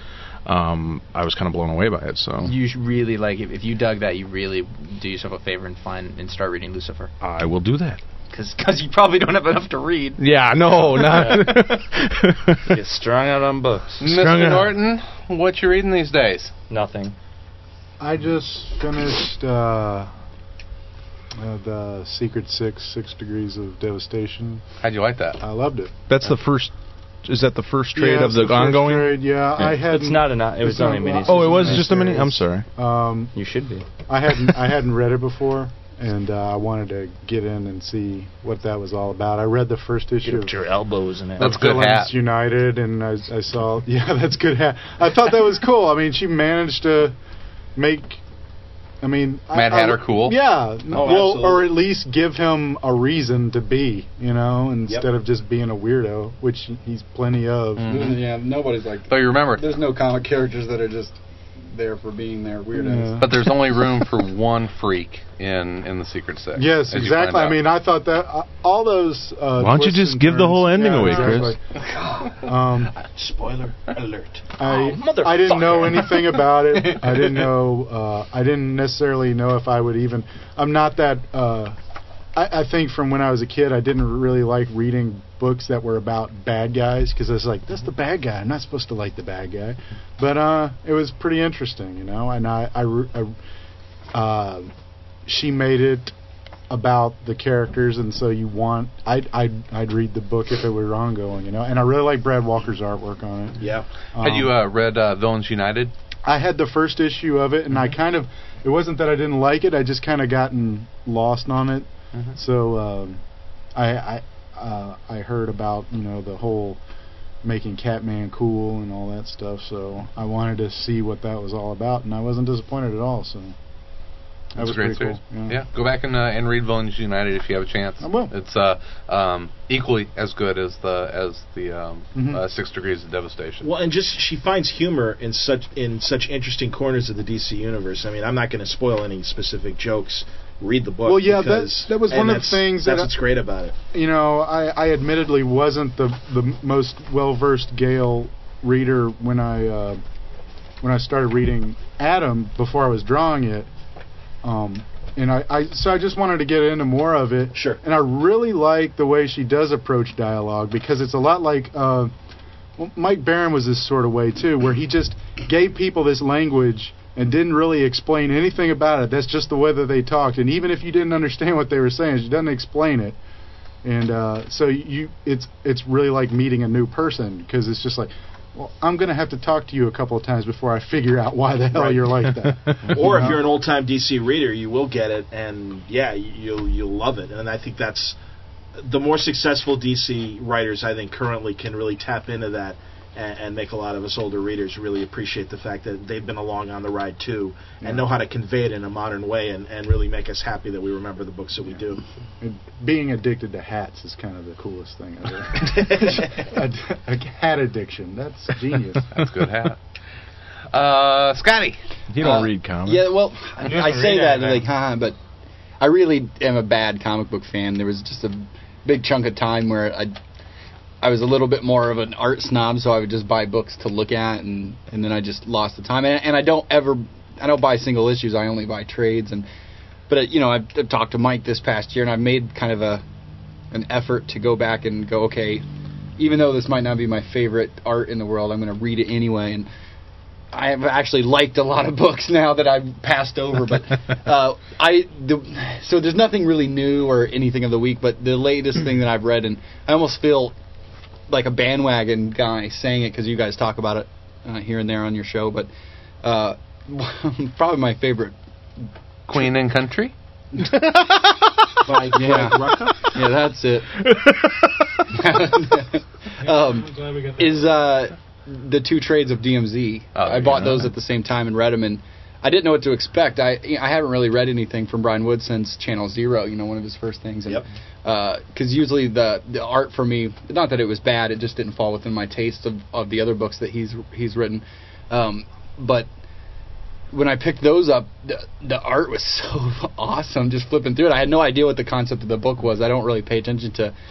Um, I was kind of blown away by it. So
You should really like if, if you dug that, you really do yourself a favor and find and start reading Lucifer
I will do that.
because you probably don't have enough to read.
Yeah, no, not.
Get strung out on books.
Mr. Norton, what you reading these days?
Nothing.
I just finished uh, uh, the Secret Six, Six Degrees of Devastation.
How'd you like that?
I loved it.
That's the first. Is that the first trade
Yeah,
of
it's
the,
the first
ongoing?
trade, yeah. uh, I
had.
hadn't- It's not an- it was it's only a not- miniseries.
Oh, it was
it's
just a mini.
miniseries.
I'm sorry.
Um,
you should be.
I hadn't I hadn't read it before, and uh, I wanted to get in and see what that was all about. I read the first issue.
Get up to your elbows and
of Villains United, and I, I saw yeah, that's good hat. I thought that was cool. I mean, she managed to make. I mean, I-
Mad
I-
Hatter cool.
Yeah,
Oh,
well, or
absolutely.
at least give him a reason to be, you know, instead
Yep.
of just being a weirdo, which he's plenty of.
Mm-hmm. Yeah, nobody's like.
Though you remember,
There's no comic characters that are just there for being there. Weirdos.
but there's only room for one freak in in the Secret Six.
Yes,
as you find
exactly. I
out.
mean, I thought that uh, all those. Uh,
Why don't you
twists
just
and
give the
turns-
whole ending away, Chris?
exactly. Um,
Spoiler alert.
I
Oh,
I didn't know
motherfucker.
anything about it. I didn't know. Uh, I didn't necessarily know if I would even. I'm not that. Uh, I, I think from when I was a kid, I didn't really like reading books that were about bad guys because I was like, "That's the bad guy. I'm not supposed to like the bad guy." But uh, it was pretty interesting, you know. And I, I, re- I uh, she made it about the characters, and so you want. I'd, I'd I'd read the book if it were ongoing, you know. And I really like Brad Walker's artwork on it. Um,
Yeah.
Had
um,
you uh, read uh, Villains United?
I had the first issue of it, and
Mm-hmm.
I kind of it wasn't that I didn't like it. I just kind of gotten lost on it.
Mm-hmm.
So um, I I uh, I heard about you know the whole making Catman cool and all that stuff. So I wanted to see what that was all about, and I wasn't disappointed at all. So that was
It's a great
pretty cool.
series. Yeah. go back and uh, and read Villains United if you have a chance.
I will.
It's uh, um, equally as good as the as the um,
Mhm.
uh, Six Degrees of Devastation.
Well, and just she finds humor in such in such interesting corners of the DC universe. I mean, I'm not going to spoil any specific jokes. Read the book.
Well, yeah, that-
because-
that was
and
one of the
that's-
things that
that's
I-
what's great about it.
you know, I, I admittedly wasn't the the most well versed Gale reader when I uh, when I started reading Adam before I was drawing it. Um, and I, I so I just wanted to get into more of it. Sure. And I really like the way she does approach dialogue because it's a lot like uh, well, Mike Barron was this sort of way too, where he just gave people this language and didn't really explain anything about it. That's just the way that they talked, and even if you didn't understand what they were saying, she doesn't explain it. And uh, so you, it's it's really like meeting a new person because it's just like, well, I'm gonna have to talk to you a couple of times before I figure out why the hell
Right.
you're like that.
or
You know?
if you're an old time DC reader, you will get it, and yeah, you'll you'll love it. And I think that's the more successful DC writers I think currently can really tap into that and, and make a lot of us older readers really appreciate the fact that they've been along on the ride too,
Yeah.
and know how to convey it in a modern way, and, and really make us happy that we remember the books that we do.
And being addicted to hats is kind of the coolest thing ever. a, a hat addiction. That's genius.
That's a good hat. Uh, Scotty. Uh,
You don't read comics.
Uh, Yeah, well, I,
Yeah,
I say
read
that
it,
like, haha, but I really am a bad comic book fan. There was just a big chunk of time where I, I was a little bit more of an art snob, so I would just buy books to look at, and and then I just lost the time. And, and I don't ever, I don't buy single issues. I only buy trades. And but uh, you know, I've, I've talked to Mike this past year, and I've made kind of a, an effort to go back and go, okay, even though this might not be my favorite art in the world, I'm going to read it anyway. And I have actually liked a lot of books now that I've passed over, but uh, I the, so there's nothing really new or anything of the week. But the latest thing that I've read, and I almost feel like a bandwagon guy saying it because you guys talk about it uh, here and there on your show. But uh, probably my favorite
Queen and Country.
yeah. yeah, that's it. um, is uh, the two trades of DMZ. I bought those at the same time and read them, and I didn't know what to expect. I I haven't really read anything from Brian Wood since Channel Zero. You know, one of his first things. And, Because usually the the art for me, not that it was bad, it just didn't fall within my taste of, of the other books that he's he's written. Um, but when I picked those up, the, the art was so awesome. Just flipping through it, I had no idea what the concept of the book was. I don't really pay attention to.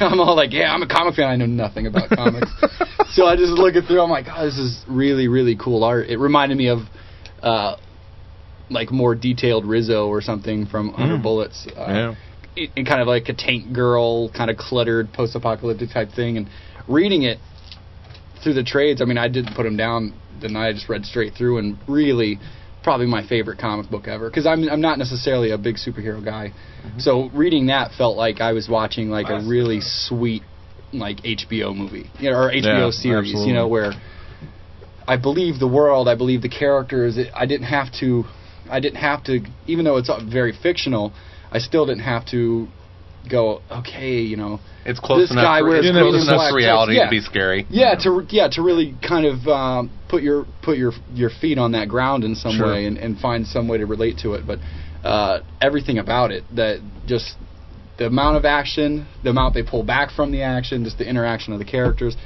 I'm all like, yeah, I'm a comic fan. I know nothing about comics, so I just look it through. I'm like, oh, this is really, really cool art. It reminded me of, uh, like more detailed Rizzo or something from Under
Mm.
Bullets. Uh,
Yeah.
it- and kind of like a tank girl, kind of cluttered post-apocalyptic type thing. And reading it, through the trades, I mean, I didn't put them down. Then I just read straight through, and really, probably my favorite comic book ever. Because I'm I'm not necessarily a big superhero guy,
Mm-hmm.
so reading that felt like I was watching like a really sweet like HBO movie you know, or HBO
Yeah,
series.
absolutely.
You know where I believe the world, I believe the characters. It, I didn't have to. I didn't have to, even though it's uh, very fictional. I still didn't have to go. Okay, you know,
It's close
this
enough
guy
for-
wears
it's
green
close
and
enough
black
to reality
tights.
to be scary.
Yeah, to re- yeah to really kind of um, put your put your your feet on that ground in some
Sure.
way and, and find some way to relate to it. But uh, everything about it that just the amount of action, the amount they pull back from the action, just the interaction of the characters.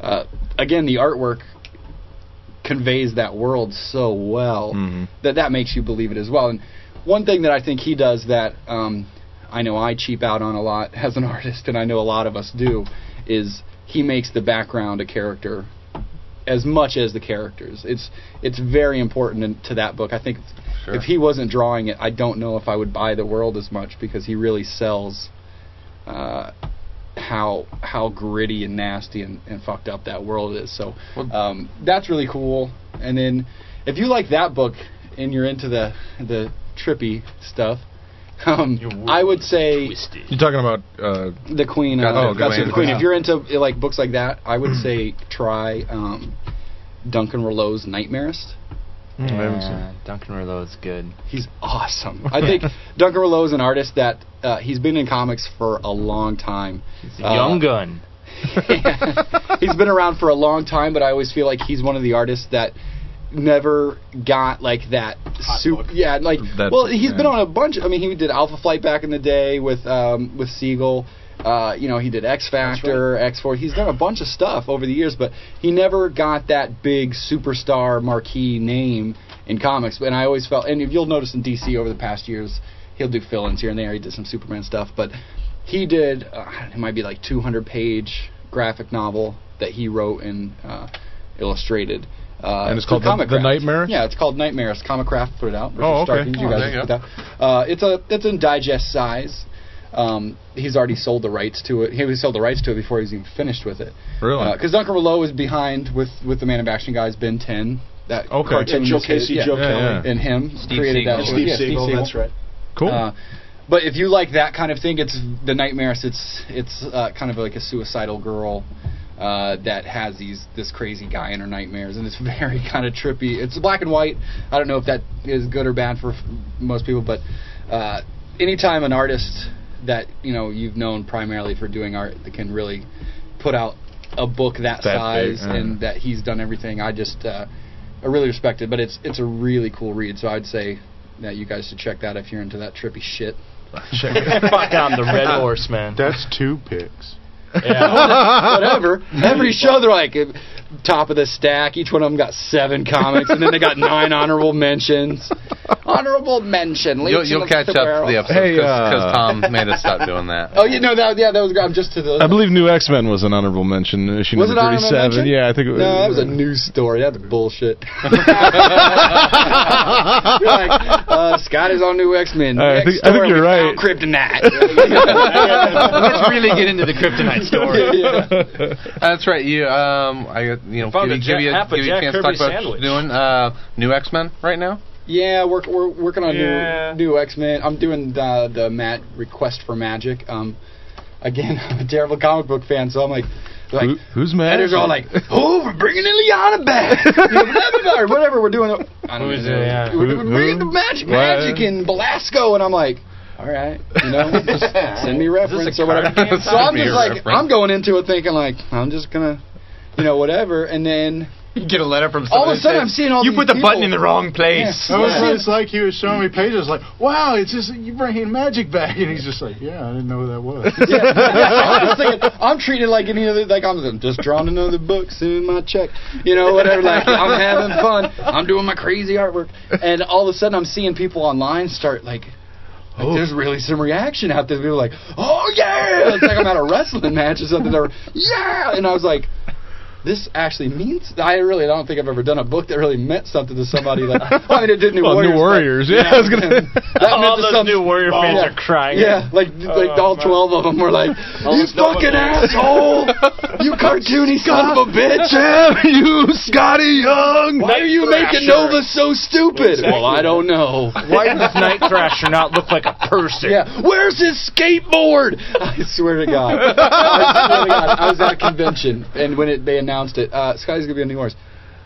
Uh, again, the artwork conveys that world so well that that makes you believe it as well. And one thing that I think he does that um, I know I cheap out on a lot as an artist, and I know a lot of us do, is he makes the background a character as much as the characters. It's it's very important in, to that book. I think
Sure.
if he wasn't drawing it, I don't know if I would buy the world as much because he really sells. Uh, how how gritty and nasty and, and fucked up that world is. So um, that's really cool. And then if you like that book and you're into the the trippy stuff, um, I would say
You're talking about uh,
the Queen. Uh,
Gotham. Oh,
Gotham
Gotham.
the Queen.
Yeah.
If you're into uh, like books like that, I would say try um, Duncan Rouleau's Nightmarist.
Yeah,
I haven't seen
Duncan Rouleau's good.
He's awesome. I think Duncan Rouleau is an artist that uh, he's been in comics for a long time. He's
a young gun.
he's been around for a long time, but I always feel like he's one of the artists that never got like that super yeah like
That-
well he's
yeah.
been on a bunch I mean he did Alpha Flight back in the day with um with Siegel uh you know he did X Factor X Force he's done a bunch of stuff over the years but he never got that big superstar marquee name in comics and I always felt and if you'll notice in DC over the past years he'll do fill-ins here and there he did some Superman stuff but he did uh, it might be like 200 page graphic novel that he wrote and uh, illustrated uh,
And it's
through
called The-
Comic
The
Craft.
Nightmare?
Yeah, it's called Nightmares. Comic Craft put it out. Richard
Oh, okay.
Starkey, you
Oh,
guys
there you
put that. Uh, it's a it's in digest size. Um, he's already sold the rights to it. He already sold the rights to it before he's even finished with it.
Really?
Because Duncan Rouleau is behind with with the Man of Action guys, Ben Ten. That
Okay.
cartoon
Yeah, Joe
was his-
Casey, Joe
yeah,
Kelly.
and him
Steve
created
Siegel.
that.
Steve
one. Yeah,
Siegel,
Siegel.
that's right. Cool.
Uh, but if you like that kind of thing, it's the nightmares. It's it's uh, kind of like a suicidal girl uh, that has these this crazy guy in her nightmares, and it's very kind of trippy. It's black and white. I don't know if that is good or bad for f- most people, but uh, anytime an artist that you know you've known primarily for doing art that can really put out a book that,
That big,
size
yeah.
and that he's done everything, I just uh, I really respect it. But it's it's a really cool read, so I'd say that you guys should check that if you're into that trippy shit.
Check
Fuck on the red horse, man.
That's two picks.
Whatever. Every show they're like eh, top of the stack. Each one of them got seven comics, and then they got nine honorable mentions. Honorable mention.
You'll,
Leech
you'll
and
catch up to
Guerrero.
the episode
uh,
because Tom made us stop doing that.
Oh, you know that? Yeah, that was. I'm just to the.
I believe New X Men was an honorable mention. Issue
Was it
number
honorable
37.
mention?
Yeah, I think it
No,
was.
that was a news story. That's bullshit. You're like, uh, Scott is on New X Men.
I think- I think you're right.
Kryptonite.
Let's really get into the kryptonite story.
That's right. You um, I uh, you know
Found a
give, you-
Jack-
give you
half a
give you a
Jack
chance to
Kirby
talk about what
sandwich.
you're doing. Uh, new X Men right now.
Yeah, we're we're working on
Yeah.
new new X Men. I'm doing the the Matt request for magic. Um, again, I'm a terrible comic book fan, so I'm like, like
Who, who's mad?
editors are all like, oh, we're bringing Ileana back, You know, blah, blah, blah, or whatever. We're doing, it. I don't
Who's
know.
Ileana?
We're,
Who-
we're bringing the
who?
magic,
What?
magic in Belasco, and I'm like. All right, you know, just send me reference or whatever.
card game?
So I'm
Send me
just
a
like,
reference.
I'm going into it thinking like, I'm just gonna, you know, whatever, and then
You get a letter from
all of
someone
a sudden
that
I'm
says,
seeing all
You
these
put the button
people."
in the wrong
Yeah.
place.
That was
Yeah.
what it's like. He was showing me pages, like, "Wow, it's just you bringing magic back," and he's just like, "Yeah, I didn't know what that was."
Yeah, I'm, just thinking, I'm treated like any other, like I'm just drawing another book, sending my check, you know, whatever. Like I'm having fun, I'm doing my crazy artwork, and all of a sudden I'm seeing people online start like, like, there's
Oh.
really some reaction out there. People are like, oh yeah, it's like I'm at a wrestling match or something. They were yeah, and I was like, this actually means. I really don't think I've ever done a book that really meant something to somebody. Like I mean, it did New
Well,
Warriors.
New
but-
Warriors, yeah, I was
that
gonna- All
meant to
those
some-
New Warrior
Oh,
fans
yeah.
are crying. Oh,
Yeah, like like all twelve of them were like, "You fucking asshole! You cartoony son of a bitch! you Scotty Young! Why are you making Nova so stupid?" Well, I don't know.
Why does Night Thrasher not look like a person?
Yeah. Where's his skateboard? I swear to God. I swear to God. I was at a convention, and when it, they announced it, uh, Scotty's going to be on New Horse,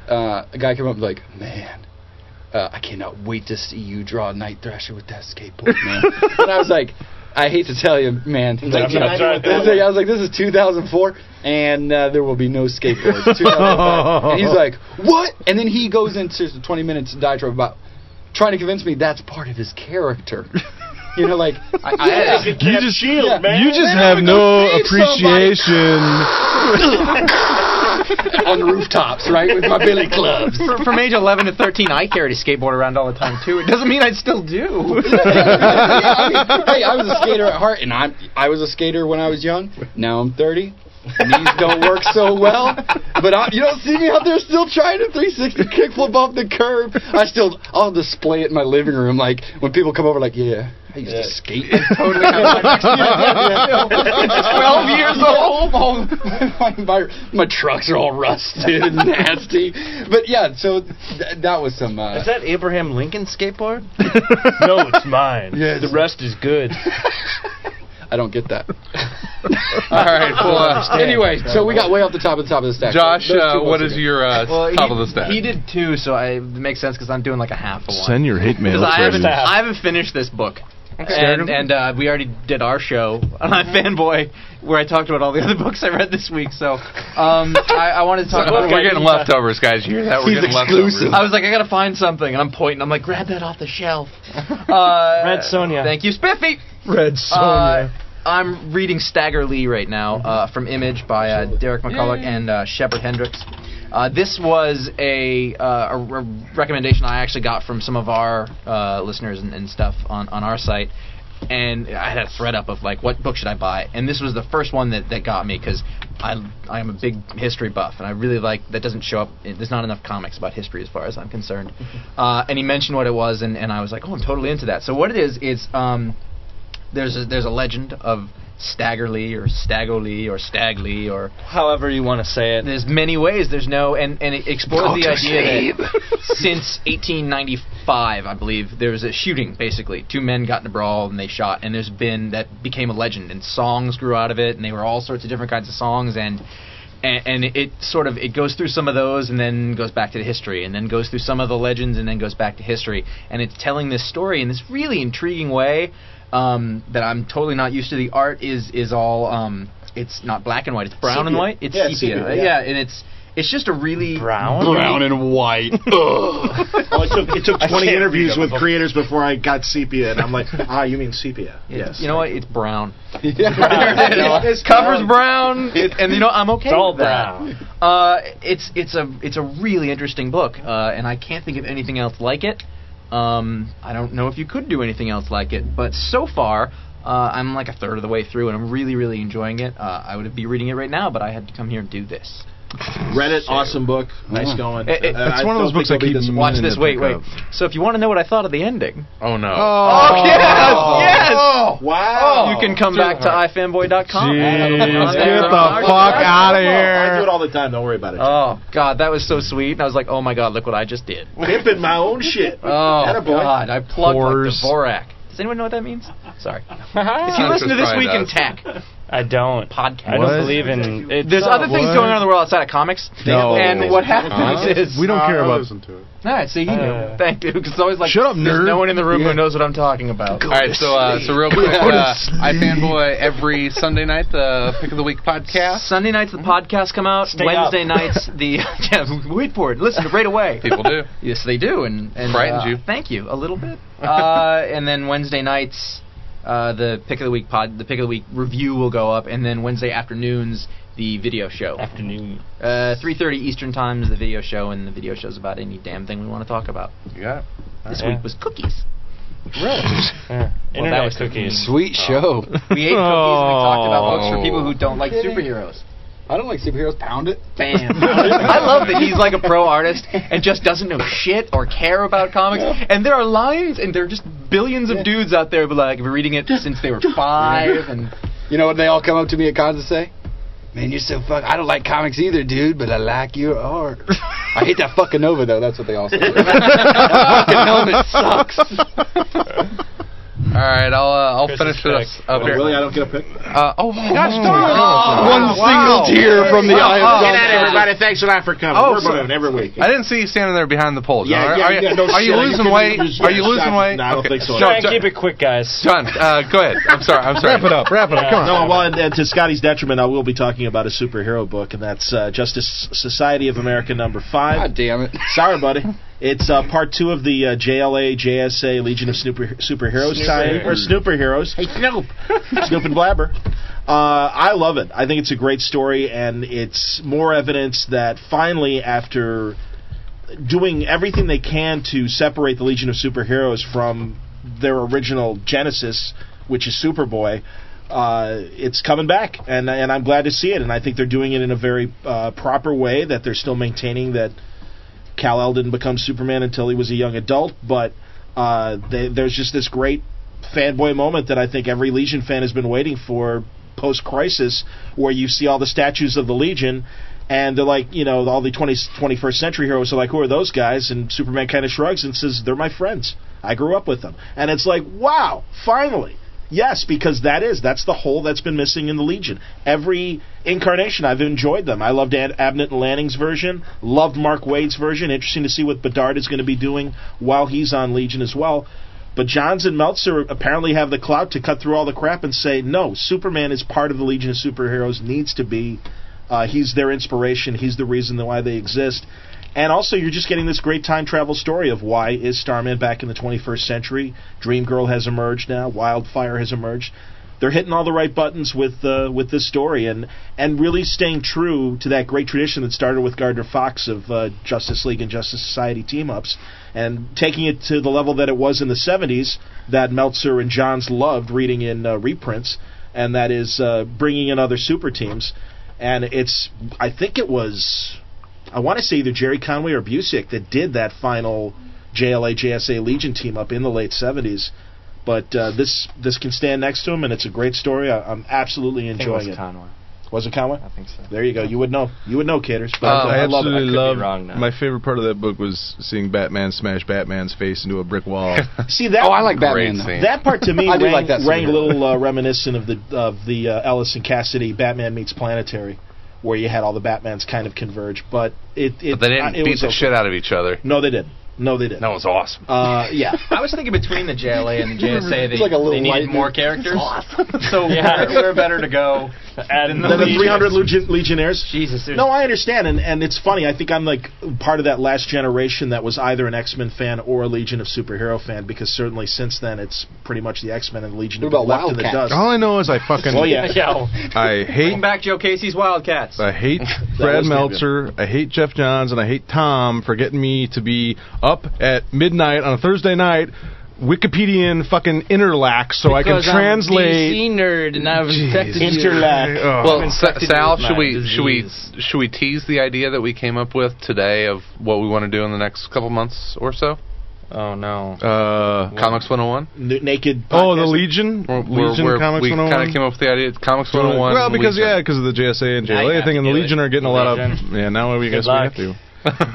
uh, a guy came up and was like, man. Uh, I cannot wait to see you draw Night Thrasher with that skateboard, man. and I was like, I hate to tell you, man. He's like,
I'm not
"Yeah."
doing that.
I was like- I was like, this is 2004, and uh, there will be no skateboards. 2005. and he's like, what? And then he goes into 20 minutes diatribe about trying to convince me that's part of his character. You know, like I, I-
Yeah.
yeah.
You just-
Yeah.
You just
Then
have
I'm
no
gonna go save
appreciation.
somebody. on rooftops, right, with my billy clubs.
From, from age 11 to 13, I carried a skateboard around all the time too. It doesn't mean I still do.
Yeah, I mean, hey, I was a skater at heart, and I'm I was a skater when I was young. Now I'm 30. Knees don't work so well, but I, you don't see me out there still trying to 360 kickflip off the curb. I still I'll display it in my living room, like when people come over, like yeah, I used to skate. totally had my- Oh.
Twelve years old.
my, my, my trucks are all rusted and nasty. But yeah, so th- that was some. Uh,
Is that Abraham Lincoln skateboard?
no, it's mine.
Yes.
The rest is good.
I don't get that. All right.
well, uh,
anyway, so we got way off the top of the top of the stack.
Josh,
Those two
uh,
votes
what
are
is
good.
your uh,
Well,
top
he,
of the stack?
He did two, so I, it makes sense because I'm doing like a half a one.
Send your hate mail.
Because I haven't,
Freddy.
I haven't finished this book. And, and uh, we already did our show on Fanboy where I talked about all the other books I read this week. So um, I, I wanted to talk about.
we're getting leftovers, guys. You hear that? We're
He's
getting
exclusive.
leftovers.
I was like, I gotta find something, and I'm pointing. I'm like, grab that off the shelf. Uh,
Red Sonia.
Thank you, Spiffy.
Red
Uh, I'm reading Stagger Lee right now uh, from Image by uh, Derek McCulloch and uh, Shepard Hendricks. Uh, this was a, uh, a re- recommendation I actually got from some of our uh, listeners and, and stuff on, on our site. And I had a thread up of like, what book should I buy? And this was the first one that, that got me because I I am a big history buff and I really like that doesn't show up. There's not enough comics about history as far as I'm concerned. Uh, and he mentioned what it was and, and I was like, oh, I'm totally into that. So what it is, it's um, there's a, there's a legend of Stagger Lee or Stago Lee or Stag Lee or
however you want to say it.
There's many ways. There's no and and it explores the
Dr.
idea that since 1895, I believe, there was a shooting. Basically, two men got in a brawl and they shot. And there's been that became a legend and songs grew out of it. And they were all sorts of different kinds of songs and. And, and it sort of it goes through some of those and then goes back to the history and then goes through some of the legends and then goes back to history and it's telling this story in this really intriguing way um, that I'm totally not used to. The art is is all um, it's not black and white. It's brown and
Sepia.
white. It's
Yeah,
sepia.
it's sepia, yeah.
yeah, and it's it's just a really brown
brown and white. Ugh.
Well, it took, it took
I
20
can't
interviews
read
with
them.
creators before I got sepia, and I'm like, ah, you mean sepia?
Yes.
Yes.
You know what? It's brown.
Brown.
There it is.
It's
Cover's brown, it, and you know I'm okay
It's all
with that.
brown.
Uh, it's it's a it's a really interesting book, uh, and I can't think of anything else like it. Um, I don't know if you could do anything else like it, but so far. Uh, I'm like a third of the way through, and I'm really, really enjoying it. Uh, I would be reading it right now, but I had to come here and do this.
Reddit, awesome book. Nice going.
It- it-
Uh,
it's
I
one of
don't
those books
think
I
it'll be
keep
this-
Watch this. Wait, wait. So if you want to know what I thought of the ending,
oh no!
Oh, yes, yes.
Oh.
Wow.
you can come back to ifanboy.com.
Jeez, get the fuck out of
I do it
here.
all the time. Don't worry about it.
Oh God, that was so sweet, and I was like, oh my God, look what I just did.
Pimping my own shit.
Oh
Attaboy.
God, I plugged like
Whores.
the Borak. Does anyone know what that means? Sorry. If
I
you listen to this
Probably
week in
does.
tech,
don't.
Podcast.
I
What?
don't believe in. It's
there's other things
What?
going on in the world outside of comics.
No.
And what happens
Huh?
is uh,
We
Uh,
don't care
I
about.
listen to it.
All right, see, you knew.
Uh.
Thank you. Because it's always like
Shut up,
there's
nerd.
no one in the room
Yeah.
who knows what I'm talking about.
All right, so uh, so real quick, uh, iFanboy every Sunday night, the pick of the week podcast. Mm-hmm.
Sunday nights the podcasts come out.
Stay
Wednesday
up.
nights the yeah, wait for it. Listen right away.
People do.
Yes, they do, and, and
Frightens
uh,
you.
Thank you a little bit. Uh, and then Wednesday nights, uh, the pick of the week pod, the pick of the week review will go up, and then Wednesday afternoons, the video show.
afternoon.
Uh, 3:30 Eastern time is the video show, and the video show's about any damn thing we want to talk about.
You got it.
This
Yeah.
week was cookies.
Yeah.
Well,
Internet
that was
cookies.
Oh.
Sweet show.
We ate cookies and we talked about books for people who don't like
Kidding.
superheroes.
I don't like superheroes. Pound it.
Bam. I love that he's like a pro artist and just doesn't know shit or care about comics. And there are lines, and there are just billions of dudes out there who like been reading it since they were five. And
You know what they all come up to me at cons and say? Man, you're so fuck. I don't like comics either, dude, but I like your art. I hate that fucking Nova though. That's what they all say. that fucking Nova sucks.
All right, I'll uh, I'll finish this up here.
Oh, Really, I don't get a pick.
Uh, oh my gosh,
Oh.
darn it.
Oh, One wow. single tear from the
Oh,
eye of Oh,
oh.
Get at it, everybody. Thanks a lot for coming. We're moving every week.
I didn't see you standing there behind the pole. John.
Yeah,
are,
yeah,
are you,
yeah, no
are you
shit. You
losing
couldn't
weight?
even just-
Are you losing
stop.
weight?
No, I don't think so.
John,
Try and
John-
keep
it quick, guys.
John, uh, go ahead. I'm sorry. I'm sorry.
Wrap it up. Wrap it up.
Yeah.
Come on.
No,
No, well, and, and to Scotty's detriment, I will be talking about a superhero book, and that's uh, Justice Society of America number five. God
damn it!
Sorry, buddy. It's uh, part two of the uh, JLA JSA Legion of Snooper, Superheroes
Snooper.
time or Snooper Heroes. Hey, Snoop, Snoop and Blabber. Uh, I love it. I think it's a great story, and it's more evidence that finally, after doing everything they can to separate the Legion of Superheroes from their original genesis, which is Superboy. Uh, it's coming back, and and I'm glad to see it. And I think they're doing it in a very uh, proper way. That they're still maintaining that Kal El didn't become Superman until he was a young adult, but uh, they, there's just this great fanboy moment that I think every Legion fan has been waiting for post crisis, where you see all the statues of the Legion, and they're like, you know, all the 20, 21st century heroes are like, who are those guys? And Superman kind of shrugs and says, they're my friends. I grew up with them. And it's like, wow, finally. Yes, because that is that's the hole that's been missing in the Legion. Every incarnation, I've enjoyed them. I loved Ad- Abnett and Lanning's version. Loved Mark Wade's version. Interesting to see what Bedard is going to be doing while he's on Legion as well. But Johns and Meltzer apparently have the clout to cut through all the crap and say no. Superman is part of the Legion of Superheroes. Needs to be. Uh, he's their inspiration. He's the reason why they exist. And also, you're just getting this great time travel story of why is Starman back in the 21st century? Dreamgirl has emerged now. Wildfire has emerged. They're hitting all the right buttons with uh, with this story, and and really staying true to that great tradition that started with Gardner Fox of uh, Justice League and Justice Society team ups, and taking it to the level that it was in the 70s that Meltzer and Johns loved reading in uh, reprints, and that is uh, bringing in other super teams, and it's I think it was I want to say either Jerry Conway or Busick that did that final JLA JSA Legion team up in the late seventies. But uh, this this can stand next to him, and it's a great story. I, I'm absolutely
think it was
enjoying
Conway.
Was it Conway? I think so. There you go. You would know. You would know, Caters. But
Uh, I,
I, love it.
absolutely
I could
love.
be wrong now.
My favorite part of that book was seeing Batman smash Batman's face into a brick wall.
See that?
Oh, I like Batman, though. scene.
That part to me
I do
rang,
like that scene.
rang a little uh, reminiscent of the of the uh, Ellis and Cassidy Batman meets Planetary, where you had all the Batmans kind of converge. But it, it
But they
uh,
didn't
it
beat
was
the
okay.
shit out of each other.
No, they didn't. No, they didn't.
That was awesome.
Uh, yeah.
I was thinking between the JLA and the JSA, they,
It's like a little
they needed
lightning.
more characters. So where, where better to go than
Than the 300
Legion?
legion- Legionnaires.
Jesus. there's-
No, I understand, and and it's funny. I think I'm like part of that last generation that was either an X Men fan or a Legion of Superhero fan, because certainly since then it's pretty much the X Men and Legion have
What
been
about
left in the
Wildcats?
dust.
All I know is I fucking.
Oh, yeah.
I hate
Bring back Joe Casey's Wildcats.
I hate
That
Brad
was
Meltzer. I hate Jeff Johns, and I hate Tom for getting me to be up at midnight on a Thursday night, Wikipedian fucking interlax, so I can translate.
I'm a DC nerd and I've infected you.
Interlac.
Well,
Oh. I've
Sa-
infected you
Sal,
with
should
my
we should we should we tease the idea that we came up with today of what we want to do in the next couple months or so?
Oh no.
Uh,
Comics 101.
N- naked.
Oh, the Legion.
We're-
Legion
we're-
Comics
we kind
101?
of came up with oh the idea Comics 101.
Well, because
Legion.
yeah, because of the JSA and
Now you
JLA
have
thing, and
to
the
do
Legion
it.
are getting a lot of
Legion.
yeah. Now we
Good
guess
luck.
we have to.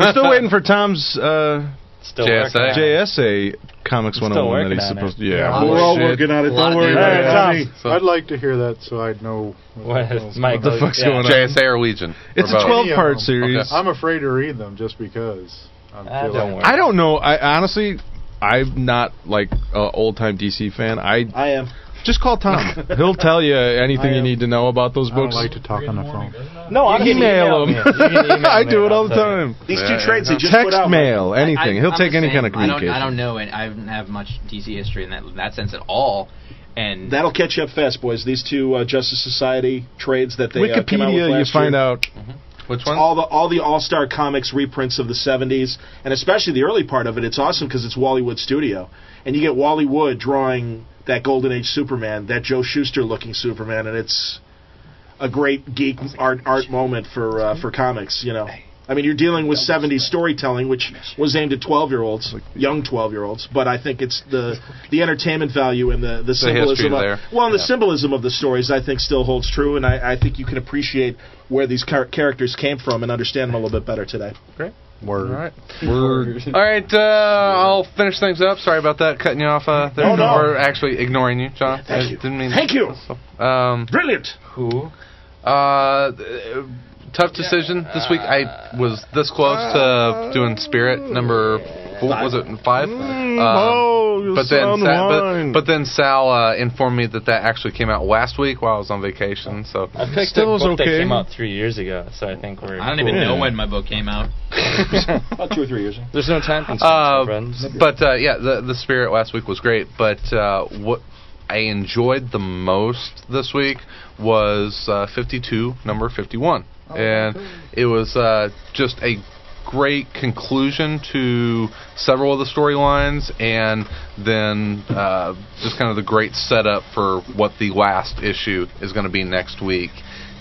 We're still waiting for Tom's uh,
Still JSA. working on it.
JSA Comics
Still
101 that
working
he's
on it.
supposed to.
Yeah.
Yeah,
We're all
Bullshit.
working on it, don't
Oh, Lot of
worry
dude.
about it.
Yeah.
Tommy.
I'd like to hear that so I'd know
What
the
is
hell's
Mike
going on.
The fuck's yeah. going on?
JSA or Legion?
It's
Or
a
both?
12
Any of
part
them.
series.
I'm afraid to read them just because. I'm
Ah,
feeling-
don't worry.
I don't know. I honestly, I'm not like a old time DC fan. I
I am.
Just call Tom. He'll tell you anything
I
you
am.
need to know about those
I don't
books.
like to talk on the phone.
No,
You
I'm
can email him. I do it all the time.
These two trades they just
text
put out.
mail, anything.
I-
He'll
I'm
take
the
any
same.
kind of communication.
I don't, I don't know, and I don't have much DC history in that, that sense at all. And
That'll catch you up fast, boys. These two uh, Justice Society trades that they uh, came out with
Wikipedia, you
last
find
year.
out.
Which
one? All the all the All Star Comics reprints of the '70s, and especially the early part of it. It's awesome because it's Wally Wood Studio, and you get Wally Wood drawing that Golden Age Superman, that Joe Shuster looking Superman, and it's a great geek art art moment for uh, for comics. You know, I mean, you're dealing with '70s storytelling, which was aimed at 12 year olds, young 12 year olds. But I think it's the the entertainment value and the the
history
symbolism.
there.
of, well, and the symbolism of the stories I think still holds true, and I, I think you can appreciate where these char- characters came from and understand them a little bit better today.
Great. Word. All right. All right. Uh, I'll finish things up. Sorry about that, cutting you off uh, there,
Oh, no.
or actually ignoring you, John.
Thank
I
you.
Didn't mean.
Thank you.
Um,
Brilliant.
Who? Uh, th- tough decision this week. I was this close to doing Spirit number. Four, was it five?
Mm,
Uh,
oh, you
but then,
sound
Sa- but,
wine.
but then Sal uh, informed me that that actually came out last week while I was on vacation. So
I picked a book that came out three years ago, so I think we're.
I don't even know Yeah. when
my book came out.
About two or three years.
There's no time constraint,
Uh,
my friends.
But uh, yeah, the the spirit last week was great. But uh, what I enjoyed the most this week was uh, 52, number 51, and it was uh, just a great conclusion to several of the storylines, and then uh, just kind of the great setup for what the last issue is going to be next week.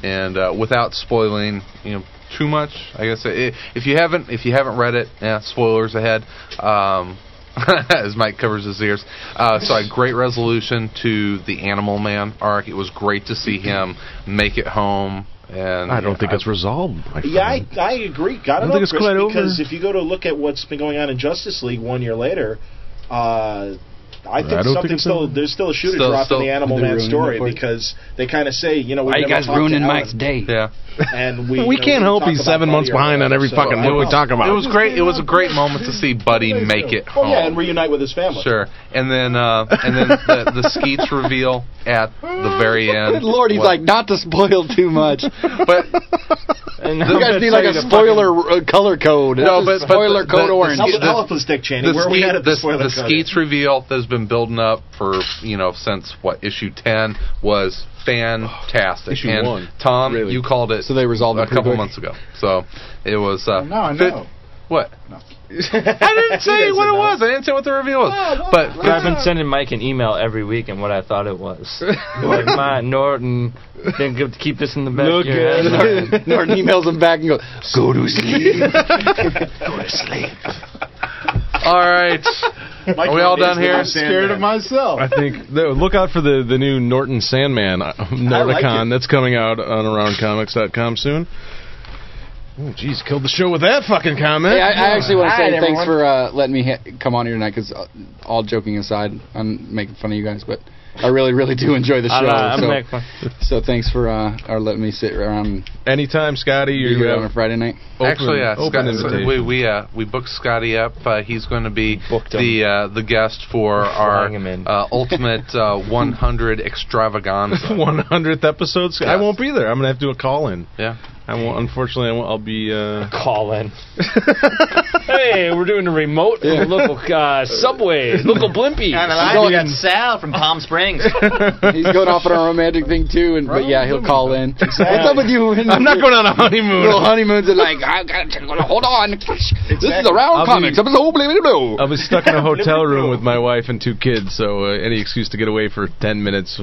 And uh, without spoiling, you know, too much. I guess i if you haven't if you haven't read it, yeah, spoilers ahead. Um, as Mike covers his ears, uh, so a great resolution to the Animal Man arc. It was great to see him make it home. And
I don't think
I-
it's resolved. my
Yeah, I, I agree. Got
I
to
don't
know,
think it's
Chris,
quite over.
because if you go to look at what's been going on in Justice League one year later, uh, I think
don't think
something
it's
still
over.
there's still a shooter
Still-
drop
still-
in the Animal
They're
Man
ruining
story
it for you.
because they kind of say, you know, we never talked to Ellen,
Yeah.
and we
We
you know,
can't help
talk
he's
about
seven
Buddy
months
or
behind on
whatever,
every
so-
fucking movie we talk about.
It was great. It was a great moment to see Buddy make it
Well,
home.
Oh, yeah, and reunite with his family.
Sure, and then uh, and then the, the Skeets reveal at the very end.
Good lord, he's
was-
like not to spoil too much.
but
you guys need like a spoiler uh, color code.
No,
This
but,
is
but
spoiler
the-
code
the-
orange.
the- the
Where are we
Skeet-
at at the
the-
spoiler
the
code?
Skeets reveal that's been building up for you know since what issue ten was fantastic.
Issue
and
one,
Tom, you called it. So they resolved a
it pretty
couple
quick.
months ago. So it was. Uh,
No, I
fit-
know.
what? I didn't say what it was. I didn't say what the reveal was. But
But I've been sending Mike an email every week and what I thought it was. like, my Norton, then go- keep this in the back of your head.
Norton, Norton emails him back and goes, "Go to sleep. Go to sleep."
all right, are we all done here?
I'm scared of myself.
I think no, look out for the, the new Norton Sandman uh, Nordicon that's coming out on aroundcomics.com soon. Oh, jeez, killed the show with that fucking comment.
Hey, I, I actually want to say
Alright,
thanks
everyone.
for uh, letting me ha- come on here tonight. Because uh, all joking aside, I'm making fun of you guys, but I really, really do enjoy the show.
I'm not- I'm
so,
making fun.
so thanks for uh, are letting me sit around.
Anytime, Scotty, uh,
you here on a Friday night.
Actually, yeah,
Open
Scott-
invitation.
we we uh, we booked Scotty up. Uh, he's going to be the uh, the guest for our uh, ultimate uh, 100 extravaganza.
100th episode. Sc- I won't be there. I'm gonna have to do a call in.
Yeah.
I won't. Unfortunately, I won't, I'll be uh,
call in. hey, we're doing a remote
Yeah.
local uh, subway, local blimpy.
On the line, we got Sal from Palm Springs.
He's going off on a romantic thing too, and but yeah, he'll call in. What's up with you? and
I'm not
your
going on a honeymoon.
Little honeymoons are like, I gotta hold on. This is around
I'll be-
comics. I'm so blah, blah, blah.
I'll be stuck in a hotel room with my wife and two kids, so uh, any excuse to get away for 10 minutes.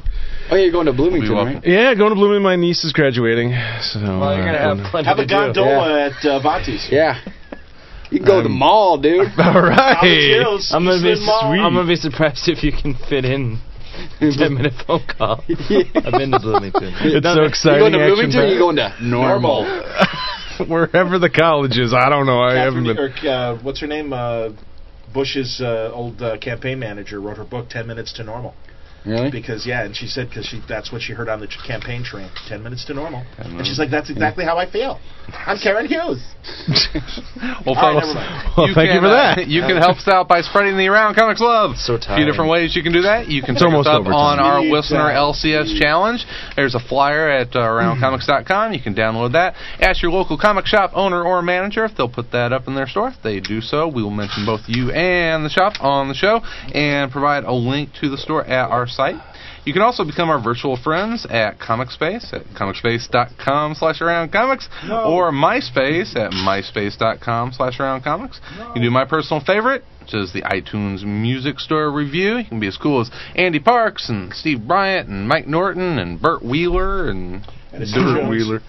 Oh, yeah, you're going to Bloomington, right?
Yeah, going to Bloomington. My niece is graduating, so uh, well,
you're gonna have plenty
Have a
to do.
gondola at uh, Vati's.
Yeah. Um, You can go to the mall, dude.
All right.
I'm gonna be
Slim Mall.
I'm gonna be surprised if you can fit in. a Ten minute phone call. I've been to Bloomington.
It's so exciting.
You going to
action
Bloomington? Or
packed.
you going to normal?
Wherever the college is, I don't know. I haven't
Catherine,
been.
or, uh, what's her name? Uh, Bush's uh, old uh, campaign manager wrote her book, 10 Minutes to Normal.
Really?
Because, yeah, and she said because she, that's what she heard on the ch- campaign train 10 Minutes to Normal. And she's like, that's exactly how I feel. I'm Karen Hughes.
Well,
All right,
folks,
never mind.
Well, thank
can,
you for
uh,
that.
you can help us out by spreading the around comics love. So A few
tiring.
different ways you can do that. You can
It's
pick us
almost
up
overtime.
on our
Need
listener
that.
LCS challenge. There's a flyer at uh,
Mm.
aroundcomics.com. You can download that. Ask your local comic shop owner or manager if they'll put that up in their store. If they do so, we will mention both you and the shop on the show and provide a link to the store at our site. You can also become our virtual friends at Comic Space at comicspace.com slash around comics or MySpace at myspace.com slash around comics. You can do my personal favorite, which is the iTunes Music Store review. You can be as cool as Andy Parks and Steve Bryant and Mike Norton and Burt Wheeler and Burt Wheeler.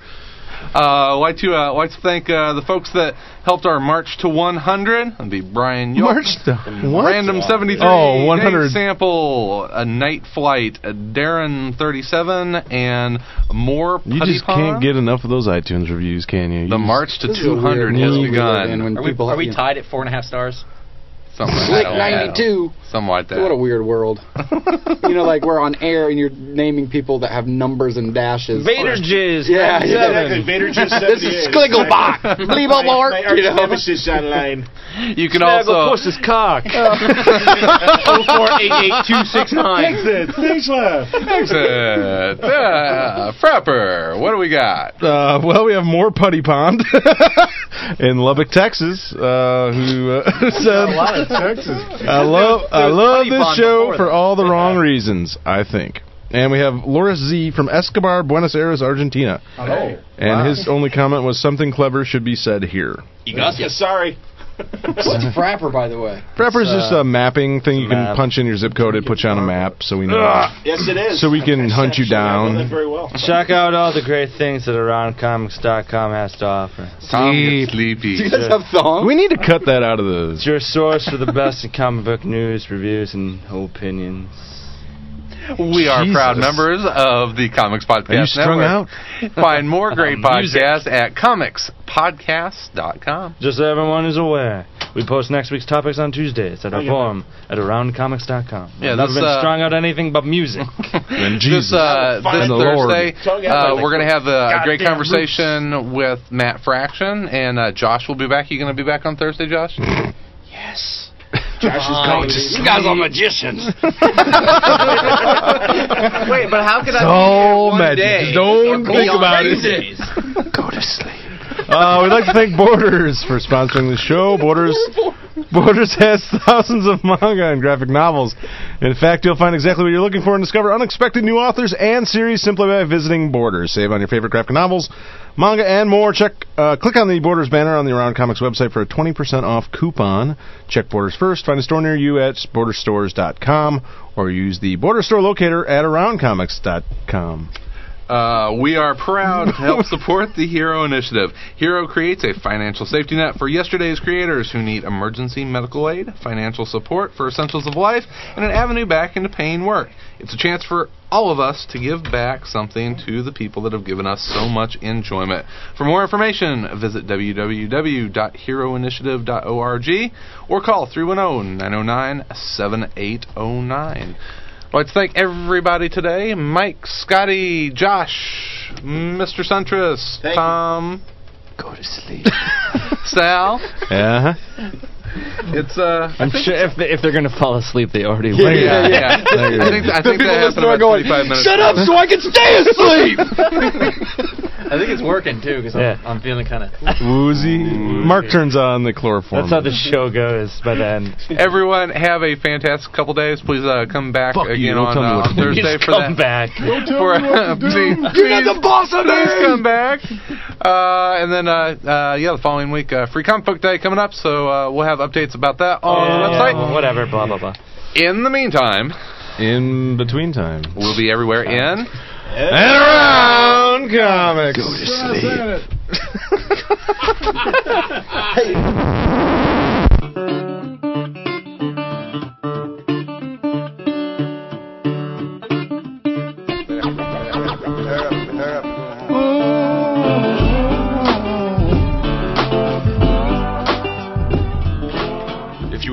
Uh, I'd like to uh, I'd like to thank uh, the folks that helped our march to 100. That'd be Brian York,
March to what?
Random 73,
Oh,
Dave
100.
Sample, a Night Flight, a Darren 37, and more.
You just can't get enough of those iTunes reviews, can you?
The march to This is a 200 weird has world we live begun. in when
Are we, are we tied at four and a half stars?
Something
Slick
like that.
92.
Something like that.
What a weird world. you know, like we're on air and you're naming people that have numbers and dashes.
Vader
Jizz. Yeah, yeah.
Exactly. Vader Jizz
This
78.
is Skligglebach. Bleeblebor.
My, my arch
You know?
nemesis online.
You can
Snaggle
also
puss
his cock.
Oh, four, eight, eight, two,
six nine.
Exit. Stage left.
Exit. Uh, Frapper, what do we got?
Uh, well, we have more Putty Pond in Lubbock, Texas, uh, who uh, said,
a lot of Texas.
I love I
There's
love
Putty
this
Pond
show
before
for
that.
all the wrong reasons, I think. And we have Loris Z from Escobar, Buenos Aires, Argentina.
Oh.
And his only comment was something clever should be said here.
Yeah, sorry.
What's Frapper, by the way?
Prepper's just a mapping thing you can
map.
punch in your zip code and put you on a map so we know.
Ugh. Yes, it is.
So we can hunt you down.
very well.
Check out all the great things that AroundComics.com has to offer.
sleepy.
Do you guys have thongs?
We need to cut that out of the. It's
your source for the best in comic book news, reviews, and opinions.
We are
Jesus.
proud members of the Comics Podcast
Are you strung
Network. Find more great
Music.
podcasts at comicspodcast.com.
Just so everyone is aware, we post next week's topics on Tuesdays at our
Okay.
forum at AroundComics.com.
Yeah,
I've
this,
been
uh,
strung out anything but music.
This, uh, this Thursday,
Tongue
uh,
out.
we're going to have a, a great
Goddamn
conversation with Matt Fraction, and uh, Josh will be back. You going to be back on Thursday, Josh?
Yes.
Josh is
Fine.
coming.
Oh, You guys are
magicians.
Wait, but how could I
So magic.
day?
Just Don't
Go
think
on
about it.
crazy.
Go to sleep. Uh, we'd like to thank Borders for sponsoring the show. Borders Borders has thousands of manga and graphic novels. In fact, you'll find exactly what you're looking for and discover unexpected new authors and series simply by visiting Borders. Save on your favorite graphic novels, manga, and more. Check, uh, click on the Borders banner on the Around Comics website for a 20% off coupon. Check Borders first. Find a store near you at borderstores.com or use the Border Store locator at aroundcomics.com.
Uh, we are proud to help support the Hero Initiative. Hero creates a financial safety net for yesterday's creators who need emergency medical aid, financial support for essentials of life, and an avenue back into paying work. It's a chance for all of us to give back something to the people that have given us so much enjoyment. For more information, visit www.heroinitiative.org or call 310 909 7809. I'd like to thank everybody today Mike, Scotty, Josh, Mr. Suntress, Tom. Go to sleep. Sal.
Uh huh.
It's, uh. I
I'm
think
sure if, they, if they're going to fall asleep, they already
Yeah,
were.
yeah, yeah. I think, I think that happened about 25 minutes
Shut up so I can stay asleep.
I think it's working too because
Yeah.
I'm, I'm feeling kind of.
Woozy. Mark turns on the chloroform.
That's how the show goes by the end.
Everyone, have a fantastic couple days. Please uh, come back
Fuck you,
again
don't
on,
tell me
uh,
what
on
to do.
Thursday
Please
for
come back.
that. Don't
tell me what to do.
You're not the boss of
please
me.
come back. Uh, and then, uh, uh, yeah, the following week, uh, Free Comic Book Day coming up, so uh, we'll have updates about that on the website.
whatever, blah, blah, blah.
In the meantime,
In between time.
we'll be everywhere
And
in.
around comics. Go to If you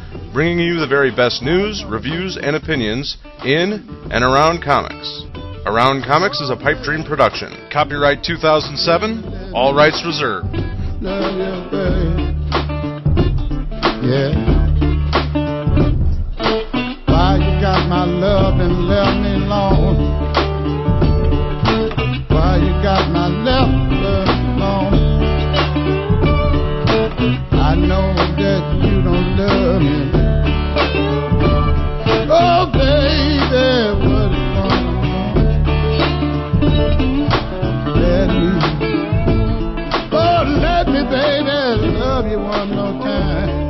bringing you the very best news, reviews, and opinions in and around comics. Around Comics is a pipe dream production. Copyright 2007, all rights reserved.
Yeah. Why you got my love and left me alone? Why you got my left love alone? I know that you don't love me. Oh, baby, what is going on? Let me, oh, let me, baby, love you one more time.